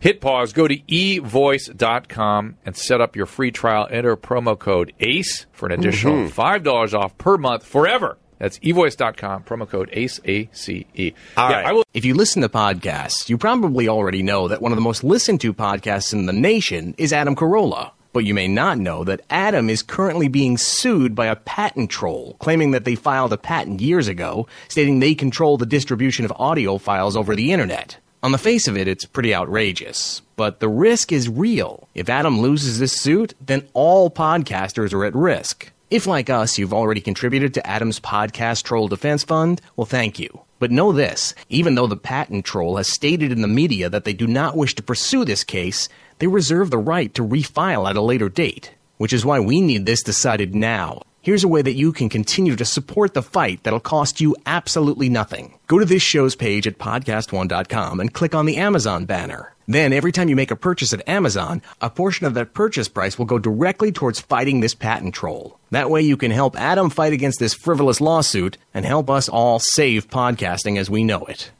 Speaker 6: Hit pause, go to evoice.com and set up your free trial. Enter promo code ACE for an additional
Speaker 12: Mhm.
Speaker 6: $5 off per month forever. That's
Speaker 12: E.
Speaker 6: evoice.com, promo code ACE, A-C-E.
Speaker 12: All right. If you listen to podcasts, you probably already know that one of the most listened to podcasts in the nation is Adam Carolla. But you may not know that Adam is currently being sued by a patent troll, claiming that they filed a patent years ago, stating they control the distribution of audio files over the internet. On the face of it, it's pretty outrageous. But the risk is real. If Adam loses this suit, then all podcasters are at risk. If, like us, you've already contributed to Adam's podcast Troll Defense Fund, well, thank you. But know this even though the patent troll has stated in the media that they do not wish to pursue this case, they reserve the right to refile at a later date, which is why we need this decided now. Here's a way that you can continue to support the fight that'll cost you absolutely nothing. Go to this show's page at podcast1.com and click on the Amazon banner. Then, every time you make a purchase at Amazon, a portion of that purchase price will go directly towards fighting this patent troll. That way, you can help Adam fight against this frivolous lawsuit and help us all save podcasting as we know it.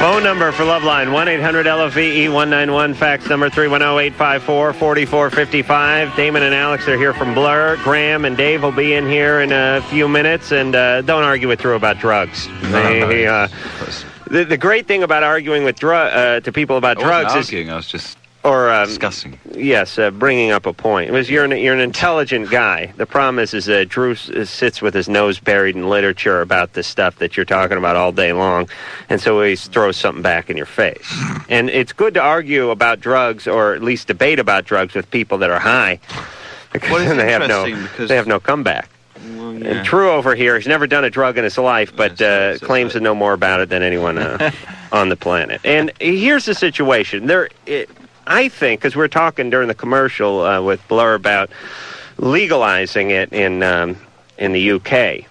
Speaker 4: Phone number for Loveline 1 800 LFVE 191. Fax number 310 854 4455. Damon and Alex are here from Blur. Graham and Dave will be in here in a few minutes. And uh, don't argue with Drew about drugs. They, uh, the, the great thing about arguing with dru- uh, to people about
Speaker 8: I wasn't
Speaker 4: drugs is.
Speaker 8: arguing, I was just
Speaker 4: Or um,
Speaker 8: discussing.
Speaker 4: Yes, uh, bringing up a point. It was you're an, you're an intelligent guy. The problem is, is uh, Drew s- sits with his nose buried in literature about the stuff that you're talking about all day long, and so he throws something back in your face. and it's good to argue about drugs, or at least debate about drugs, with people that are high, because
Speaker 8: Well, it's
Speaker 4: then they have no
Speaker 8: interesting because-
Speaker 4: they have no comeback.
Speaker 8: yeah.
Speaker 4: And Drew over here, he's never done a drug in his life, but uh, claims to know more about it than anyone uh, on the planet. And here's the situation: there, it, I think, because we're talking during the commercial uh, with Blur about legalizing it in um, in the UK.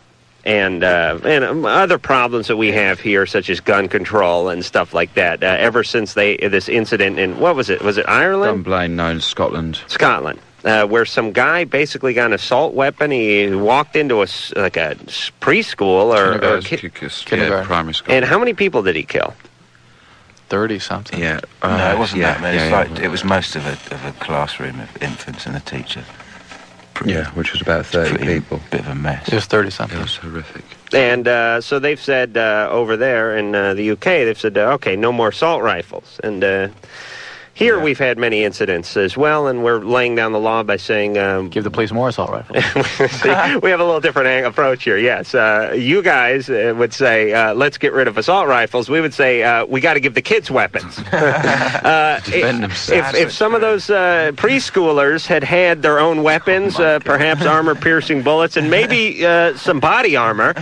Speaker 4: And uh, and um, other problems that we have here, such as gun control and stuff like that. Uh, ever since they this incident in what was it? Was it Ireland?
Speaker 8: Dunblane, no, in Scotland.
Speaker 4: Scotland, uh, where some guy basically got an assault weapon. He walked into a s- like a s- preschool or, or
Speaker 8: Kindergarten,
Speaker 4: ki-
Speaker 8: Yeah, primary school.
Speaker 4: And how many people did he kill?
Speaker 20: Thirty something.
Speaker 8: Yeah.
Speaker 5: no, it wasn't
Speaker 8: yeah,
Speaker 5: that many.
Speaker 8: yeah,
Speaker 5: It's
Speaker 8: yeah.
Speaker 5: like- it was most of a, of a classroom of infants and a teacher.
Speaker 8: Yeah, which was about 30 people.
Speaker 5: Bit of a mess.
Speaker 20: It was 30 something.
Speaker 8: It was horrific.
Speaker 4: And uh, so they've said uh, over there in uh, the UK, they've said, uh, okay, no more assault rifles. And uh, here we've had many incidents as well, and we're laying down the law by saying. Um,
Speaker 20: Give the police more assault rifles.
Speaker 4: See, we have a little different ang- approach here, yes. Uh, you guys uh, would say, uh, let's get rid of assault rifles. We would say, uh, we got to give the kids weapons. uh,
Speaker 8: Defend
Speaker 4: if,
Speaker 8: themselves.
Speaker 4: if, if some of those uh, preschoolers had had their own weapons, uh, perhaps armor piercing bullets, and maybe uh, some body armor.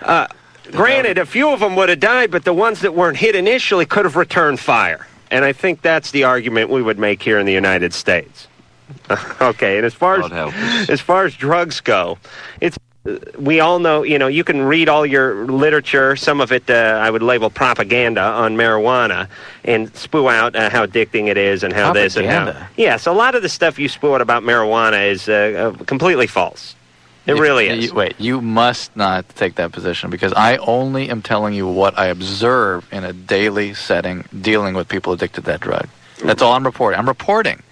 Speaker 4: Uh, granted, a few of them would have died, but the ones that weren't hit initially could have returned fire. And I think that's the argument we would make here in the United States. okay, and as far as as far as drugs go, it's uh, we all know. You know, you can read all your literature. Some of it uh, I would label propaganda on marijuana and spew out uh, how addicting it is and how this and
Speaker 20: Propaganda?
Speaker 4: how. Yes, a lot of the stuff you spew out about marijuana is uh, uh, completely false. It
Speaker 20: You-
Speaker 4: really is.
Speaker 20: you- wait, you must not take that position because I only am telling you what I observe in a daily setting dealing with people addicted to that drug. That's all I'm reporting. I'm reporting.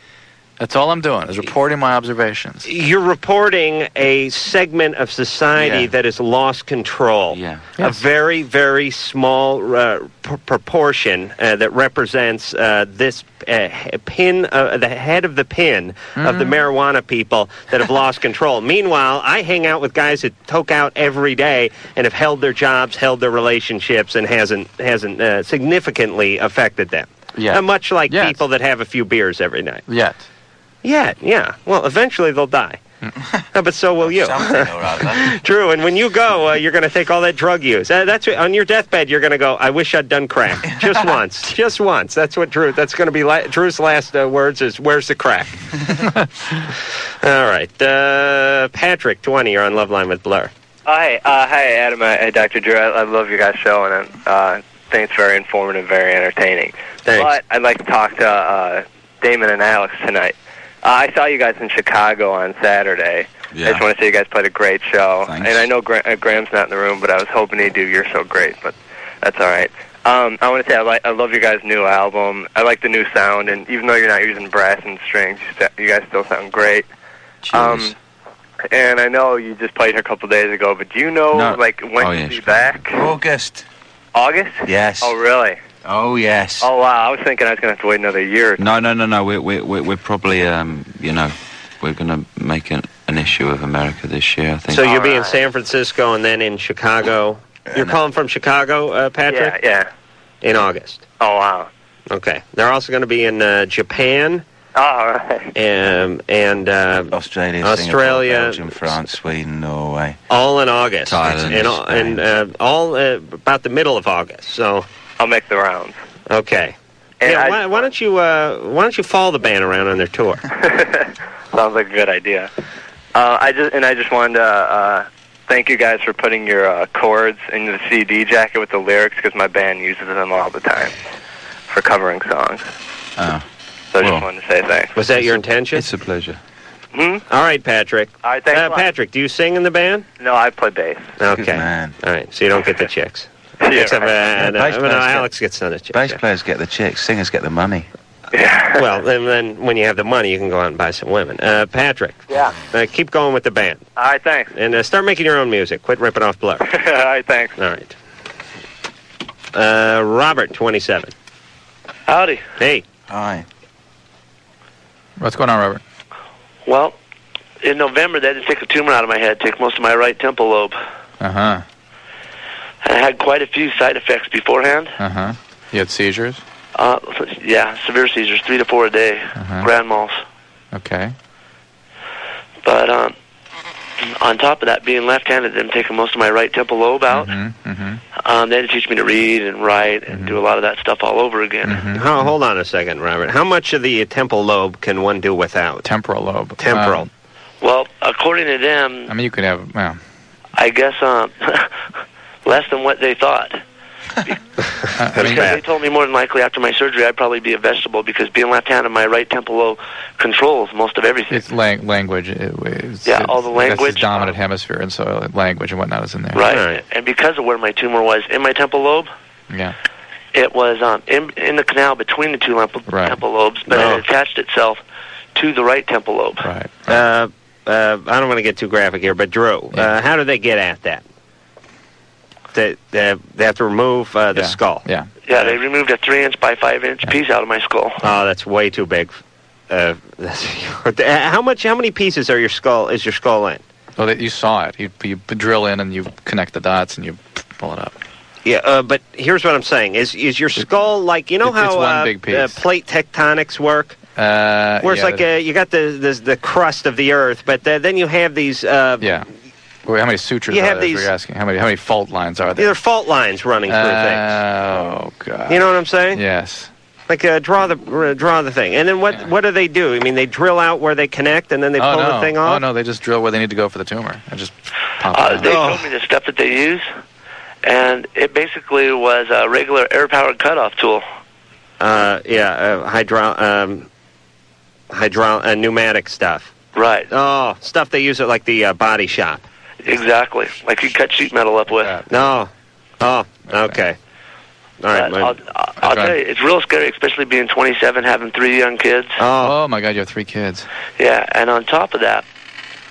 Speaker 20: That's all I'm doing is reporting my observations.
Speaker 4: You're reporting a segment of society that has lost control. Yeah. A very, very small uh, pr- proportion uh, that represents uh, this uh, he- pin, uh, the head of the pin of the marijuana people that have lost control. Meanwhile, I hang out with guys that toke out every day and have held their jobs, held their relationships, and hasn't hasn't uh, significantly affected them.
Speaker 20: Yeah.
Speaker 4: Uh, much like people that have a few beers every night.
Speaker 20: Yet.
Speaker 4: Yeah, yeah. Well, eventually they'll die. Uh, but so will you. Drew, and when you go, uh, you're going to take all that drug use. Uh, that's what, on your deathbed. You're going to go. I wish I'd done crack just once, just once. That's what Drew. That's going to be la- Drew's last uh, words. Is where's the crack? all right, uh, Patrick, twenty. You're on Love Line with Blur.
Speaker 2: Hi, uh, hi, Adam, uh, uh, Dr. Drew. I, I love your guys' show, and uh, think it's very informative, very entertaining.
Speaker 21: Thanks.
Speaker 2: But I'd like to talk to uh, Damon and Alex tonight. Uh, I saw you guys in Chicago on Saturday. I
Speaker 8: Yeah.
Speaker 2: just want to say you guys played a great show.
Speaker 8: Thanks.
Speaker 2: And I know Gra- uh, Graham's not in the room, but I was hoping he'd do You're So Great, but that's all right. Um, I want to say I, like I love your guys' new album. I like the new sound, and even though you're not using brass and strings, you, st- you guys still sound great. Um, and I know you just played her a couple days ago, but do you know
Speaker 5: No.
Speaker 2: like when
Speaker 5: Oh,
Speaker 2: you'll
Speaker 5: yeah,
Speaker 2: be
Speaker 5: she's
Speaker 2: back?
Speaker 5: August.
Speaker 2: August?
Speaker 5: Yes.
Speaker 2: Oh, really?
Speaker 5: Oh yes.
Speaker 2: Oh wow! I was thinking I was gonna have to wait another year.
Speaker 8: No, no, no, no. We're we're we're, we're probably um, you know, we're gonna make an, an issue of America this year. I think.
Speaker 4: So you'll be in San Francisco and then in Chicago. You're calling from Chicago, uh, Patrick?
Speaker 2: uh, Yeah,
Speaker 4: yeah. In August.
Speaker 2: Oh wow.
Speaker 4: Okay. They're also going to be in uh, Japan.
Speaker 2: Oh, All right.
Speaker 4: Um, and uh,
Speaker 5: Australia,
Speaker 4: Australia,
Speaker 5: Singapore, Belgium, France, Sweden, Norway.
Speaker 4: all in August.
Speaker 5: Thailand,
Speaker 4: and all, and uh, all uh, about the middle of August. So
Speaker 2: I'll make the rounds.
Speaker 4: Okay.
Speaker 2: And
Speaker 4: yeah.
Speaker 2: I-
Speaker 4: why, why don't you uh, Why don't you follow the band around on their tour?
Speaker 2: Sounds like a good idea. Uh, I just and I just wanted to uh, thank you guys for putting your uh, chords in the CD jacket with the lyrics because my band uses them all the time for covering songs.
Speaker 8: Oh.
Speaker 2: So I just wanted to say thanks.
Speaker 4: Was that your intention? It's
Speaker 8: a pleasure.
Speaker 2: Hmm?
Speaker 4: All right, Patrick.
Speaker 2: All right, thanks
Speaker 4: uh,
Speaker 2: a lot.
Speaker 4: Patrick, do you sing in the band?
Speaker 2: No, I play bass.
Speaker 4: Okay. All right. So you don't get the chicks.
Speaker 2: Yeah,
Speaker 4: Except
Speaker 2: right.
Speaker 4: uh, no,
Speaker 5: Bass
Speaker 4: no,
Speaker 5: players get-
Speaker 4: Alex gets none of the chicks.
Speaker 5: Bass players get the chicks, singers get the money.
Speaker 4: well, then, then when you have the money, you can go out and buy some women. Uh, Patrick,
Speaker 2: Yeah.
Speaker 4: uh, keep going with the band.
Speaker 2: All right. Thanks.
Speaker 4: And uh, start making your own music. Quit ripping off Blur.
Speaker 2: all right. Thanks.
Speaker 4: All right. Uh, Robert, 27.
Speaker 19: Howdy.
Speaker 4: Hey.
Speaker 5: Hi.
Speaker 22: What's going on, Robert?
Speaker 19: Well, in November, they had to take a tumor out of my head, take most of my right temple lobe.
Speaker 6: Uh
Speaker 20: Uh-huh.
Speaker 6: huh.
Speaker 19: I had quite a few side effects beforehand.
Speaker 6: Uh
Speaker 20: Uh-huh.
Speaker 6: huh. You had seizures.
Speaker 19: Uh, yeah, severe seizures, three to four a day, grand mal.
Speaker 6: Okay.
Speaker 19: But um, on top of that, being left-handed, them taking most of my right temple lobe out, um, they had to teach me to read and write and do a lot of that stuff all over again.
Speaker 4: Ho- hold on a second, Robert. How much of the temple lobe can one do without?
Speaker 6: Temporal lobe.
Speaker 4: Temporal.
Speaker 6: Um,
Speaker 19: Well, according to them,
Speaker 6: I mean, you could have. Well,
Speaker 19: I guess um, less than what they thought.
Speaker 6: I I
Speaker 19: Because
Speaker 6: mean,
Speaker 19: they told me more than likely after my surgery I'd probably be a vegetable because being left-handed, my right temple lobe controls most of everything.
Speaker 6: it's lang- language. It, it's,
Speaker 19: Yeah,
Speaker 6: it's-
Speaker 19: all the
Speaker 6: That's
Speaker 19: language,
Speaker 6: his
Speaker 19: um,
Speaker 6: dominant hemisphere, and so language and whatnot is in there.
Speaker 19: Right. And because of where my tumor was in my temple lobe,
Speaker 6: Yeah.
Speaker 19: it was um, in, in the canal between the two lump-
Speaker 6: Right.
Speaker 19: temple lobes, but
Speaker 4: Oh.
Speaker 19: it attached itself to the right temple lobe.
Speaker 6: Right.
Speaker 4: Uh, uh, I don't want to get too graphic here, but Drew, uh, how do they get at that? They, they, they have to remove uh, the
Speaker 19: Yeah.
Speaker 4: skull.
Speaker 6: Yeah.
Speaker 19: Yeah, they removed a three inch by five inch piece out of my skull.
Speaker 4: Oh, that's way too big. Uh, that's- how much? How many pieces are your skull? Is your skull in?
Speaker 6: Well, that- you saw it. You, you drill in and you connect the dots and you pull it up.
Speaker 4: Yeah, uh, but here's what I'm saying: is is your skull like you know
Speaker 6: it-
Speaker 4: how
Speaker 6: it's one
Speaker 4: uh,
Speaker 6: big piece.
Speaker 4: Uh, plate tectonics work?
Speaker 6: Uh,
Speaker 4: Where it's
Speaker 6: yeah,
Speaker 4: like uh, you got the, the the crust of the earth, but uh, then you have these uh,
Speaker 6: Yeah. Well, how many sutures
Speaker 4: You
Speaker 6: are
Speaker 4: have
Speaker 6: there? is
Speaker 4: these-
Speaker 6: what You're asking how many how many fault lines are there?
Speaker 4: they're fault lines running through
Speaker 6: Uh, Oh
Speaker 4: things.
Speaker 6: god.
Speaker 4: You know what I'm saying?
Speaker 6: Yes.
Speaker 4: Like uh, draw the uh, draw the thing, and then what what do they do? I mean, they drill out where they connect, and then they
Speaker 6: oh
Speaker 4: pull
Speaker 6: no.
Speaker 4: the thing
Speaker 6: Oh
Speaker 4: off.
Speaker 6: no, they just drill where they need to go for the tumor and just pop it.
Speaker 19: Uh,
Speaker 6: out.
Speaker 19: they told me the stuff that they use, and it basically was a regular air powered cutoff tool.
Speaker 4: Uh, yeah, uh, hydro um, hydro uh, pneumatic stuff.
Speaker 19: Right.
Speaker 4: Oh, stuff they use at like the uh, body shop.
Speaker 19: Exactly. Like you cut sheet metal up with.
Speaker 4: No. Oh, okay. All right.
Speaker 19: Uh, I'll,
Speaker 4: mine-
Speaker 19: I'll, I'll tell you, it's real scary, especially being 27, having three young kids.
Speaker 6: Oh. my God, you have three kids.
Speaker 19: Yeah, and on top of that,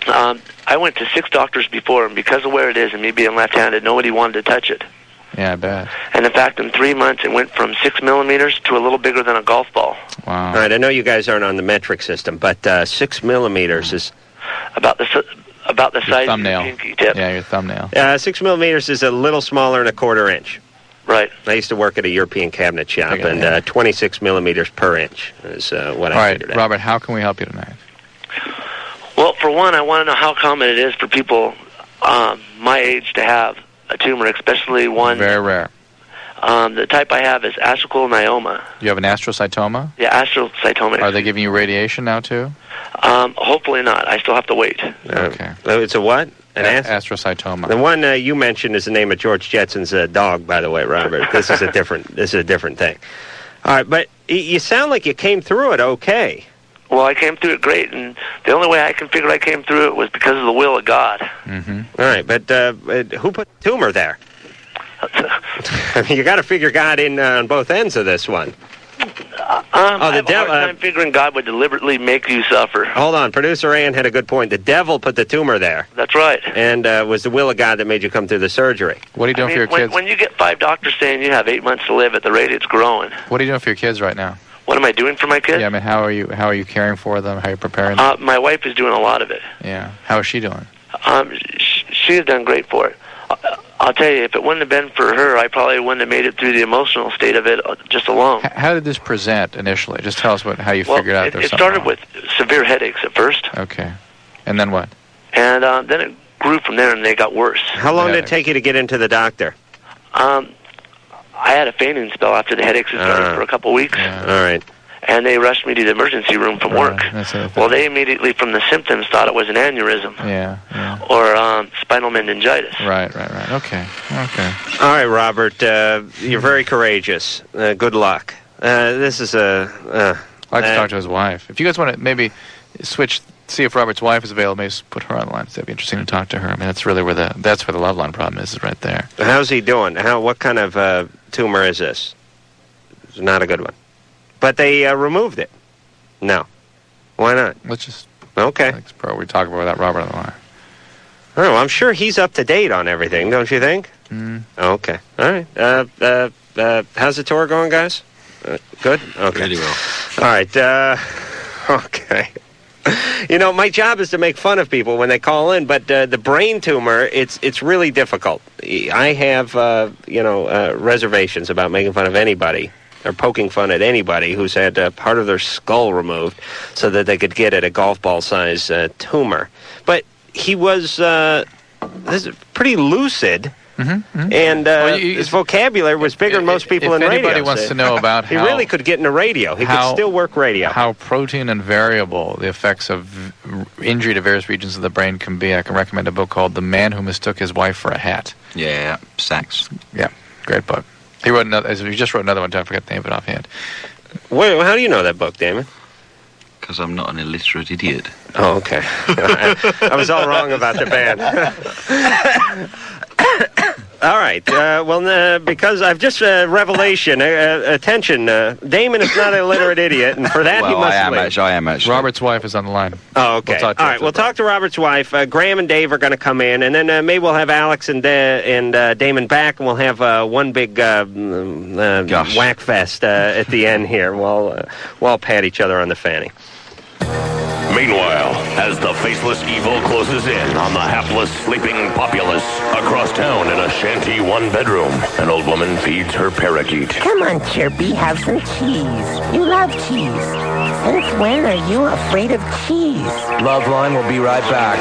Speaker 19: um, I went to six doctors before, and because of where it is and me being left-handed, nobody wanted to touch it.
Speaker 6: Yeah, I bet.
Speaker 19: And in fact, in three months, it went from six millimeters to a little bigger than a golf ball,
Speaker 6: Wow.
Speaker 4: All right. I know you guys aren't on the metric system, but uh, six millimeters is
Speaker 19: about the si- about the size of your
Speaker 6: Mm-hmm. thumbnail.
Speaker 19: pinky tip.
Speaker 6: Yeah, your thumbnail.
Speaker 4: uh, six millimeters is a little smaller than a quarter inch.
Speaker 19: Right.
Speaker 4: I used to work at a European cabinet shop,
Speaker 6: Okay,
Speaker 4: and
Speaker 6: yeah.
Speaker 4: uh, 26 millimeters per inch is uh, what
Speaker 6: All right,
Speaker 4: I figured out.
Speaker 6: Robert, how can we help you tonight?
Speaker 19: Well, for one, I want to know how common it is for people um, my age to have a tumor, especially one.
Speaker 6: Very rare.
Speaker 19: Um, the type I have is astrocytoma.
Speaker 6: You have an astrocytoma.
Speaker 19: Yeah, astrocytoma.
Speaker 6: Are they giving you radiation now too?
Speaker 20: Uh,
Speaker 19: Um, hopefully not. I still have to wait.
Speaker 20: oh,
Speaker 4: Okay. It's a what?
Speaker 20: An
Speaker 6: A-
Speaker 20: ast-
Speaker 6: astrocytoma.
Speaker 20: The one uh, you mentioned is the name of George Jetson's uh, dog, by the way, Robert. This is a different. this is a different thing. All right, but y- you sound like you came through it okay.
Speaker 19: Well, I came through it great, and the only way I can figure I came through it was because of the will of God.
Speaker 20: Mm-hmm. All right, but uh, uh, who put the tumor there? I mean, you got to figure God in uh, on both ends of this one.
Speaker 19: Um, oh,
Speaker 20: the
Speaker 19: I have
Speaker 20: devil- uh,
Speaker 19: a hard time figuring God would deliberately make you suffer.
Speaker 20: Hold on, producer Ann had a good point. The devil put the tumor there.
Speaker 19: That's right.
Speaker 20: And uh, was the will of God that made you come through the surgery.
Speaker 6: What are you
Speaker 19: I mean, when, when you get five doctors saying you have eight months to live at the rate it's growing,
Speaker 6: What are you doing for your kids right now?
Speaker 19: what am I doing for my kids?
Speaker 6: Yeah, I mean, how are you? How are you caring for them? How are you preparing? Them?
Speaker 19: Uh, my wife is doing a lot of it.
Speaker 6: yeah. How is she doing?
Speaker 19: Um, sh- she has done great for it. I- I'll tell you, if it wouldn't have been for her, I probably wouldn't have made it through the emotional state of it uh, just alone.
Speaker 6: H- how did this present initially? Just tell us what how you
Speaker 19: well,
Speaker 6: figured out
Speaker 19: it,
Speaker 6: there's
Speaker 19: it
Speaker 6: something.
Speaker 19: started with severe headaches at first,
Speaker 6: wrong. Okay. And then what?
Speaker 19: and uh, then it grew from there, and they got worse.
Speaker 20: How long did it take you to get into the doctor?
Speaker 19: Um, I had a fainting spell after the headaches had
Speaker 6: Uh,
Speaker 19: started for a couple weeks,
Speaker 20: All right.
Speaker 19: and they rushed me to the emergency room
Speaker 6: Uh,
Speaker 19: from work.
Speaker 6: That's it.
Speaker 19: Well, they immediately, from the symptoms, thought it was an aneurysm
Speaker 6: Yeah.
Speaker 19: or um, spinal meningitis.
Speaker 6: Right. Right. Right. Okay. Okay.
Speaker 20: All right, Robert. Uh, you're very courageous. Uh, good luck. Uh, this is a. Uh,
Speaker 6: I'd like to talk to his wife. If you guys want to maybe switch, see if Robert's wife is available, maybe s- put her on the line. That'd be interesting to talk to her. I mean, that's really where the that's where the love line problem is, is right there.
Speaker 20: How's he doing? How? What kind of uh, tumor is this? It's not a good one. But they uh, removed it. No. Why not?
Speaker 6: Let's just.
Speaker 20: Okay.
Speaker 6: Bro, we talk about that Robert on the line.
Speaker 20: Oh, I'm sure he's up to date on everything, don't you think?
Speaker 6: Mm.
Speaker 20: Okay. All right. Uh, uh, uh, how's the tour going, guys? Uh, good. Okay. Pretty well. All right. Uh, okay. You know, my job is to make fun of people when they call in, but uh, the brain tumor, it's it's really difficult. I have, uh, you know, uh, reservations about making fun of anybody or poking fun at anybody who's had uh, part of their skull removed so that they could get at a golf ball size uh, tumor. But he was uh, this is pretty lucid.
Speaker 6: Mm-hmm,
Speaker 20: And uh, his vocabulary was bigger than most people
Speaker 6: if
Speaker 20: in radio.
Speaker 6: anybody wants
Speaker 20: so
Speaker 6: to know about
Speaker 20: he
Speaker 6: how-
Speaker 20: really could get into radio. He
Speaker 6: how-
Speaker 20: could still work radio.
Speaker 6: How protein and variable the effects of v- injury to various regions of the brain can be. I can recommend a book called "The Man Who Mistook His Wife for a Hat."
Speaker 8: Yeah, sex.
Speaker 6: Yeah, great book. He wrote another. He just wrote another one. I forget the name of it offhand.
Speaker 20: Wait, how do you know that book, Damon?
Speaker 8: Because I'm not an illiterate idiot.
Speaker 20: Oh, okay. I, I was all wrong about the band. all right. Uh, well, uh, because I've just uh, revelation. Uh, uh, attention, uh, Damon is not a literate idiot, and for that he must leave.
Speaker 8: I am actually.
Speaker 6: Robert's wife is on the line.
Speaker 20: Oh, okay.
Speaker 6: We'll talk to
Speaker 20: All
Speaker 6: her
Speaker 20: right,
Speaker 6: after
Speaker 20: we'll talk to Robert's wife. Uh, Graham and Dave are going to come in, and then uh, maybe we'll have Alex and da- and uh, Damon back, and we'll have uh, one big uh, mm, uh,
Speaker 8: Gosh.
Speaker 20: whack fest uh, at the end here. We'll uh, we'll pat each other on the fanny.
Speaker 7: Meanwhile, as the faceless evil closes in on the hapless sleeping populace across town in a shanty one bedroom, an old woman feeds her parakeet.
Speaker 9: Come on, Chirpy, have some cheese. You love cheese. Since when are you afraid of cheese?
Speaker 10: Loveline will be right back.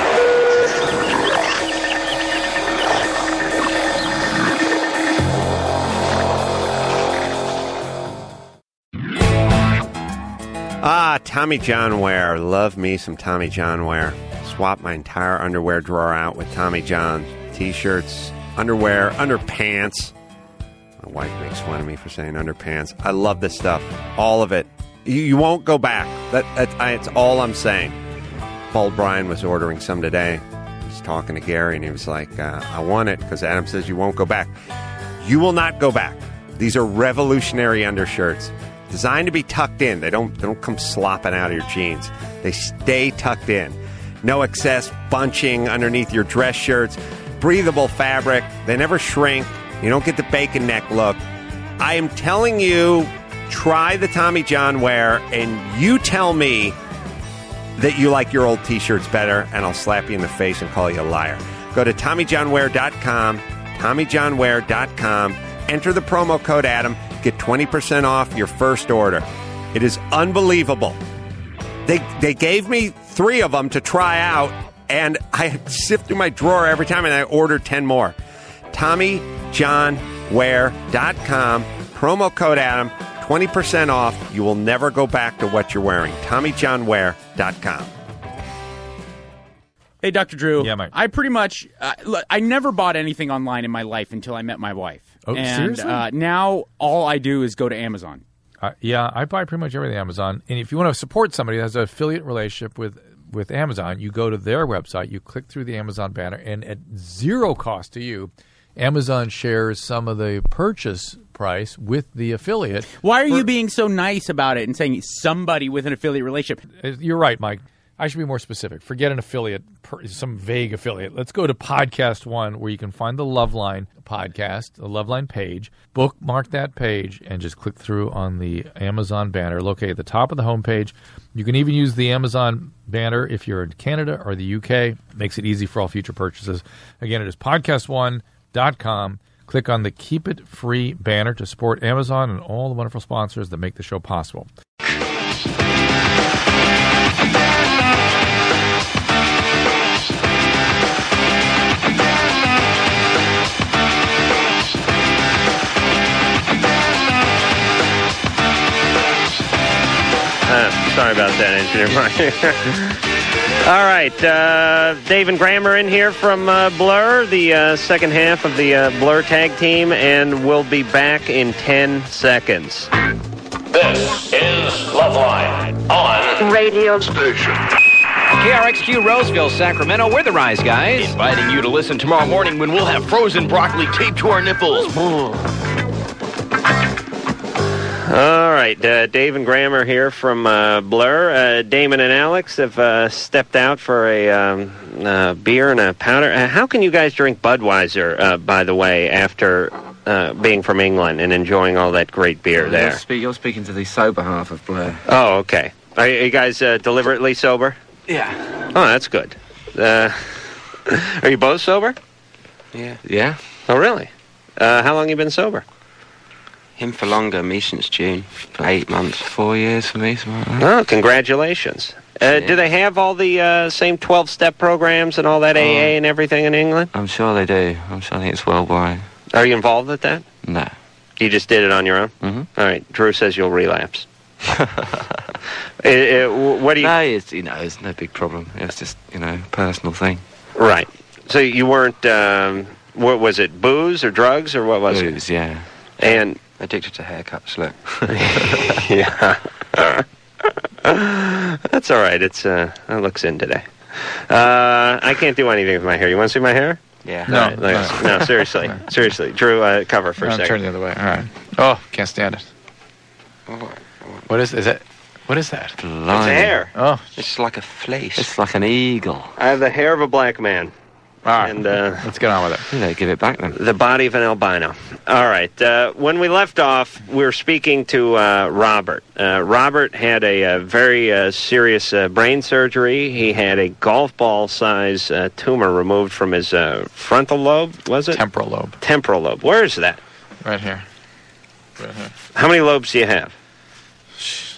Speaker 20: Ah, Tommy John wear. Love me some Tommy John wear. Swap my entire underwear drawer out with Tommy John t-shirts, underwear, underpants. My wife makes fun of me for saying underpants. I love this stuff, all of it. You, you won't go back. That, that's I, it's all I'm saying. Paul Bryan was ordering some today. He was talking to Gary, and he was like, uh, "I want it because Adam says you won't go back. You will not go back. These are revolutionary undershirts, designed to be tucked in. They don't they don't come slopping out of your jeans. They stay tucked in. No excess bunching underneath your dress shirts. Breathable fabric. They never shrink. You don't get the bacon neck look." I am telling you, try the Tommy John wear, and you tell me that you like your old t-shirts better, and I'll slap you in the face and call you a liar. Go to TommyJohnWear.com, TommyJohnWear.com, enter the promo code Adam, get 20% off your first order. It is unbelievable. They, they gave me three of them to try out, and I sift through my drawer every time, and I ordered 10 more. TommyJohnWear.com, promo code Adam, 20% off. You will never go back to what you're wearing. TommyJohnWear.com.
Speaker 11: Hey, Dr. Drew. Yeah, Mike. I pretty much, uh, look, I never bought anything online in my life until I met my wife.
Speaker 23: Oh,
Speaker 11: and,
Speaker 23: seriously?
Speaker 11: Uh, now all I do is go to Amazon.
Speaker 23: Uh, yeah, I buy pretty much everything Amazon. And if you want to support somebody that has an affiliate relationship with with Amazon, you go to their website, you click through the Amazon banner, and at zero cost to you, Amazon shares some of the purchase price with the affiliate.
Speaker 11: Why are you being so nice about it and saying somebody with an affiliate relationship?
Speaker 23: Uh, You're right, Mike. I should be more specific. Forget an affiliate, per- some vague affiliate. Let's go to podcast one where you can find the Loveline podcast, the Loveline page. Bookmark that page and just click through on the Amazon banner located at the top of the homepage. You can even use the Amazon banner if you're in Canada or the UK. Makes it easy for all future purchases. Again, it is podcast1.com. Click on the Keep It Free banner to support Amazon and all the wonderful sponsors that make the show possible.
Speaker 4: Uh, sorry about that, Engineer Mike. All right, uh, Dave and Graham are in here from uh, Blur, the uh, second half of the uh, Blur tag team, and we'll be back in 10 seconds.
Speaker 7: This is Loveline on
Speaker 24: Radio
Speaker 7: Station.
Speaker 14: KRXQ Roseville, Sacramento. We're the Rise Guys.
Speaker 7: Inviting you to listen tomorrow morning when we'll have frozen broccoli taped to our nipples.
Speaker 14: Mm.
Speaker 4: All right, uh, Dave and Graham are here from uh, Blur. Uh, Damon and Alex have uh, stepped out for a um, uh, beer and a powder. Uh, how can you guys drink Budweiser, uh, by the way, after uh, being from England and enjoying all that great beer
Speaker 14: You're,
Speaker 4: there?
Speaker 14: spe- you're speaking to the sober half of Blair.
Speaker 4: Oh, okay. Are you guys uh, deliberately sober?
Speaker 14: Yeah.
Speaker 4: Oh, that's good. Uh, are you both sober?
Speaker 14: Yeah.
Speaker 4: Yeah. Oh, really? Uh, how long you been sober?
Speaker 14: Him for longer, me since June. Eight months, four years for me, something like that.
Speaker 4: Oh, congratulations. Uh, Do they have all the uh, same 12 step programs and all that
Speaker 14: Oh.
Speaker 4: AA and everything in England?
Speaker 14: I'm sure they do. I'm sure I think it's worldwide.
Speaker 4: Are you involved with that?
Speaker 14: No.
Speaker 4: You just did it on your own? Mm-hmm. All right. Drew says you'll relapse. Eh, eh, wh- what do you.
Speaker 14: No, it's, you know, it's no big problem. It's just, you know, personal thing.
Speaker 4: Right. So you weren't. Um, what was it? Booze or drugs or what was
Speaker 14: Booze,
Speaker 4: it?
Speaker 14: yeah.
Speaker 4: And.
Speaker 14: Addicted to haircuts, look.
Speaker 4: yeah. That's all right. It's uh, it looks in today. Uh, I can't do anything with my hair. You want to see my hair?
Speaker 14: Yeah.
Speaker 4: All right, look- no, seriously, seriously. Drew, uh, cover for a
Speaker 6: No,
Speaker 4: second.
Speaker 6: turn the other way. All right. Oh, can't stand it. What is is that? What is that?
Speaker 14: Blimey.
Speaker 4: hair.
Speaker 6: Oh,
Speaker 14: it's like a fleece. It's like an eagle.
Speaker 4: I have the hair of a black man. And uh,
Speaker 6: let's get on with it.
Speaker 14: You know, give it back then.
Speaker 4: the body of an albino. All right. Uh, when we left off, we were speaking to uh, Robert. Uh, Robert had a, uh very uh, serious uh, brain surgery. He had a golf ball size uh, tumor removed from his uh, frontal lobe, was it?
Speaker 6: Temporal lobe.
Speaker 4: Temporal lobe. Where is that?
Speaker 6: Right here. Right here.
Speaker 4: How many lobes do you have?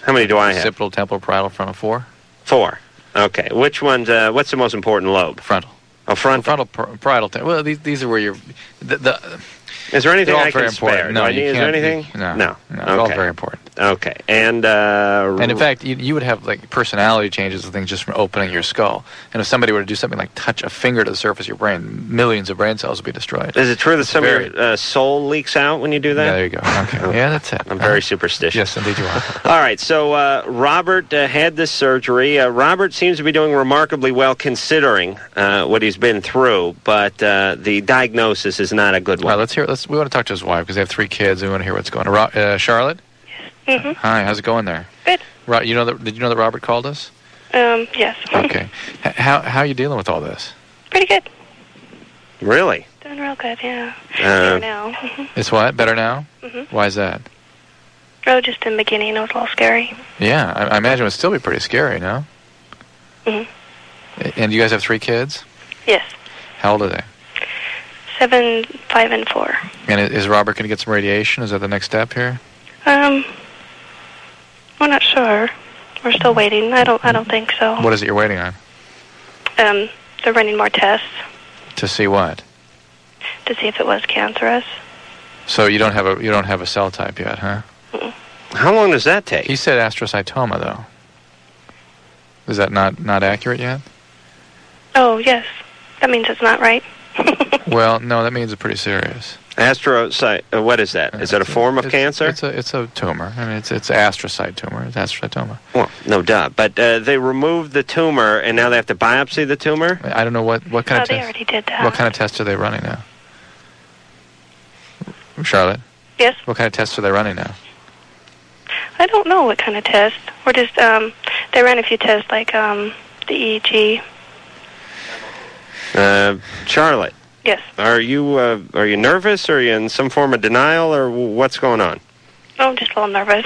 Speaker 4: How many do I have?
Speaker 6: Occipital, temporal, parietal, frontal, four.
Speaker 4: Four. Okay. Which one's, uh, what's the most important lobe?
Speaker 6: Frontal.
Speaker 4: A frontal.
Speaker 6: Frontal, par- parietal. Te- well, these, these are where you're. The, the,
Speaker 4: Is there anything
Speaker 6: they're all
Speaker 4: I can
Speaker 6: very important.
Speaker 4: spare? Do
Speaker 6: No,
Speaker 4: I
Speaker 6: you
Speaker 4: need- is there
Speaker 6: can't- you-
Speaker 4: anything?
Speaker 6: no,
Speaker 4: No.
Speaker 6: no, they're all
Speaker 4: Okay.
Speaker 6: very important.
Speaker 4: Okay. And uh,
Speaker 6: And in fact, you, you would have like personality changes and things just from opening your skull. And if somebody were to do something like touch a finger to the surface of your brain, millions of brain cells would be destroyed.
Speaker 4: Is it true that some
Speaker 6: very-
Speaker 4: of your uh, soul leaks out when you do that?
Speaker 6: Yeah, there you go. Okay. yeah, that's it.
Speaker 4: Oh.
Speaker 6: Uh-huh.
Speaker 4: I'm very superstitious.
Speaker 6: Yes, indeed you are.
Speaker 4: All right, so uh, Robert uh, had this surgery. Uh, Robert seems to be doing remarkably well considering uh, what he's been through, but uh, the diagnosis is not a good
Speaker 6: All right,
Speaker 4: one.
Speaker 6: let's hear. Let's. We want to talk to his wife because they have three kids. We want to hear what's going on. Ro- uh, Charlotte.
Speaker 16: Mm-hmm.
Speaker 6: Hi. How's it going there?
Speaker 16: Good.
Speaker 6: Right. You know that? Did you know that Robert called us?
Speaker 16: Um, yes.
Speaker 6: Okay. H- how How are you dealing with all this?
Speaker 16: Pretty good.
Speaker 4: Really?
Speaker 16: Doing real good, yeah.
Speaker 6: Uh,
Speaker 16: Better now. Mhm.
Speaker 6: It's what better now.
Speaker 16: Mhm.
Speaker 6: Why is that?
Speaker 16: oh, just in the beginning, it was a little scary.
Speaker 6: Yeah, I, I imagine it would still be pretty scary, no?
Speaker 16: Mhm.
Speaker 6: A- And you guys have three kids.
Speaker 16: Yes.
Speaker 6: How old are they?
Speaker 16: Seven, five, and four.
Speaker 6: And i- is Robert going to get some radiation? Is that the next step here?
Speaker 16: Um, we're not sure. We're still waiting. I don't. I don't think so.
Speaker 6: What is it you're waiting on?
Speaker 16: Um, they're running more tests
Speaker 6: To see what?
Speaker 16: to see if it was cancerous.
Speaker 6: So you don't have a you don't have a cell type yet, huh?
Speaker 4: How long does that take?
Speaker 6: He said astrocytoma, though. Is that not not accurate yet?
Speaker 13: Oh, yes. That means it's not right.
Speaker 16: Oh,
Speaker 6: Well, no, that means it's pretty serious.
Speaker 4: Astrocyte. Uh, what is that? Is that a form of cancer?
Speaker 6: It's a it's a tumor. I mean, it's it's astrocyte tumor. It's astrocytoma.
Speaker 4: Well, no duh. But uh, they removed the tumor, and now they have to biopsy the tumor.
Speaker 6: I don't know what what kind
Speaker 13: oh,
Speaker 6: of
Speaker 13: they
Speaker 6: test,
Speaker 13: already did that.
Speaker 6: what kind of test are they running now? Charlotte.
Speaker 13: Yes?
Speaker 6: What kind of tests are they running now?
Speaker 13: I don't know what kind of test. We're just, um, they ran a few tests like um, the EEG.
Speaker 4: Uh, Charlotte,
Speaker 13: Yes.
Speaker 4: are you uh, are you nervous? Are you in some form of denial, or what's going on?
Speaker 13: Oh, I'm just a little nervous.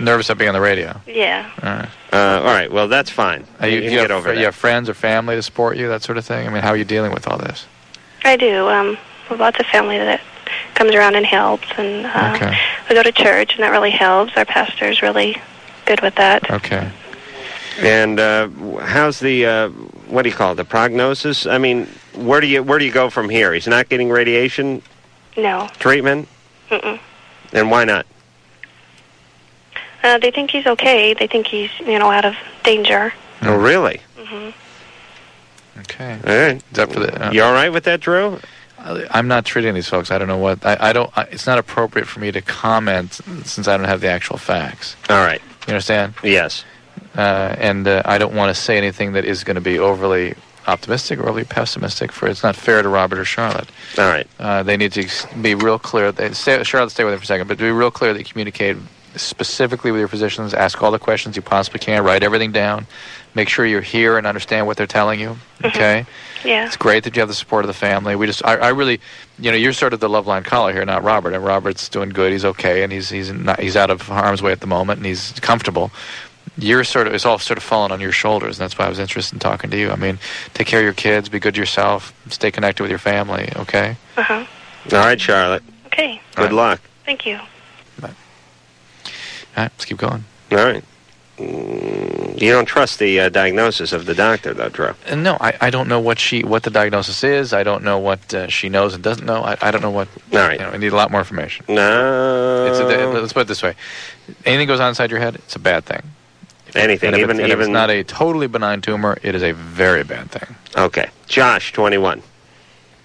Speaker 6: nervous at being on the radio.
Speaker 13: yeah.
Speaker 6: All right.
Speaker 4: Uh, all right. Well, that's fine.
Speaker 6: Are you,
Speaker 4: You can
Speaker 6: you
Speaker 4: get
Speaker 6: have,
Speaker 4: over
Speaker 6: you
Speaker 4: that.
Speaker 6: have friends or family to support you, that sort of thing. I mean, how are you dealing with all this?
Speaker 13: I do. Um, we have lots of family that comes around and helps, and uh,
Speaker 6: Okay.
Speaker 13: we go to church, and that really helps. Our pastor's really good with that.
Speaker 6: Okay.
Speaker 4: And uh, w- how's the uh, what do you call it, the prognosis? I mean, where do you where do you go from here? He's not getting radiation
Speaker 13: No.
Speaker 4: treatment,
Speaker 13: Mm-mm.
Speaker 4: and why not?
Speaker 13: Uh, they think he's okay. They think he's, you know, out of danger.
Speaker 4: Oh, really?
Speaker 13: hmm
Speaker 6: Okay.
Speaker 4: All right.
Speaker 6: It's up for the. uh,
Speaker 4: You all right with that, Drew?
Speaker 6: I'm not treating these folks. I don't know what. I, I don't. I, it's not appropriate for me to comment since I don't have the actual facts.
Speaker 4: All right.
Speaker 6: You understand?
Speaker 4: Yes.
Speaker 6: Uh, and uh, I don't want to say anything that is going to be overly optimistic or overly pessimistic. For it's not fair to Robert or Charlotte.
Speaker 4: All right.
Speaker 6: Uh, they need to ex- be real clear. They, stay, Charlotte, stay with me for a second, but be real clear that you communicate specifically with your physicians. Ask all the questions you possibly can. Write everything down. Make sure you're here and understand what they're telling you. Okay.
Speaker 13: Yeah.
Speaker 6: It's great that you have the support of the family. We just, I, I really, you know, you're sort of the love line caller here, not Robert. And Robert's doing good. He's okay, and he's he's not, he's out of harm's way at the moment, and he's comfortable. You're sort of it's all sort of falling on your shoulders, and that's why I was interested in talking to you. I mean, take care of your kids, be good to yourself, stay connected with your family. Okay.
Speaker 13: Uh-huh.
Speaker 4: All right, Charlotte.
Speaker 13: Okay.
Speaker 4: Good luck.
Speaker 13: Thank you.
Speaker 6: All right, let's keep going.
Speaker 4: All right. Mm, You don't trust the uh, diagnosis of the doctor, though, Drew.
Speaker 6: And Uh, no, I, I don't know what she what the diagnosis is. I don't know what uh, she knows and doesn't know. I, I don't know what.
Speaker 4: All right.
Speaker 6: You know, I need a lot more information.
Speaker 4: No.
Speaker 6: It's a, let's put it this way: anything goes on inside your head, it's a bad thing.
Speaker 4: Anything,
Speaker 6: and if
Speaker 4: even
Speaker 6: it's, and if
Speaker 4: even
Speaker 6: it's not a totally benign tumor, it is a very bad thing.
Speaker 4: Okay, Josh, twenty-one.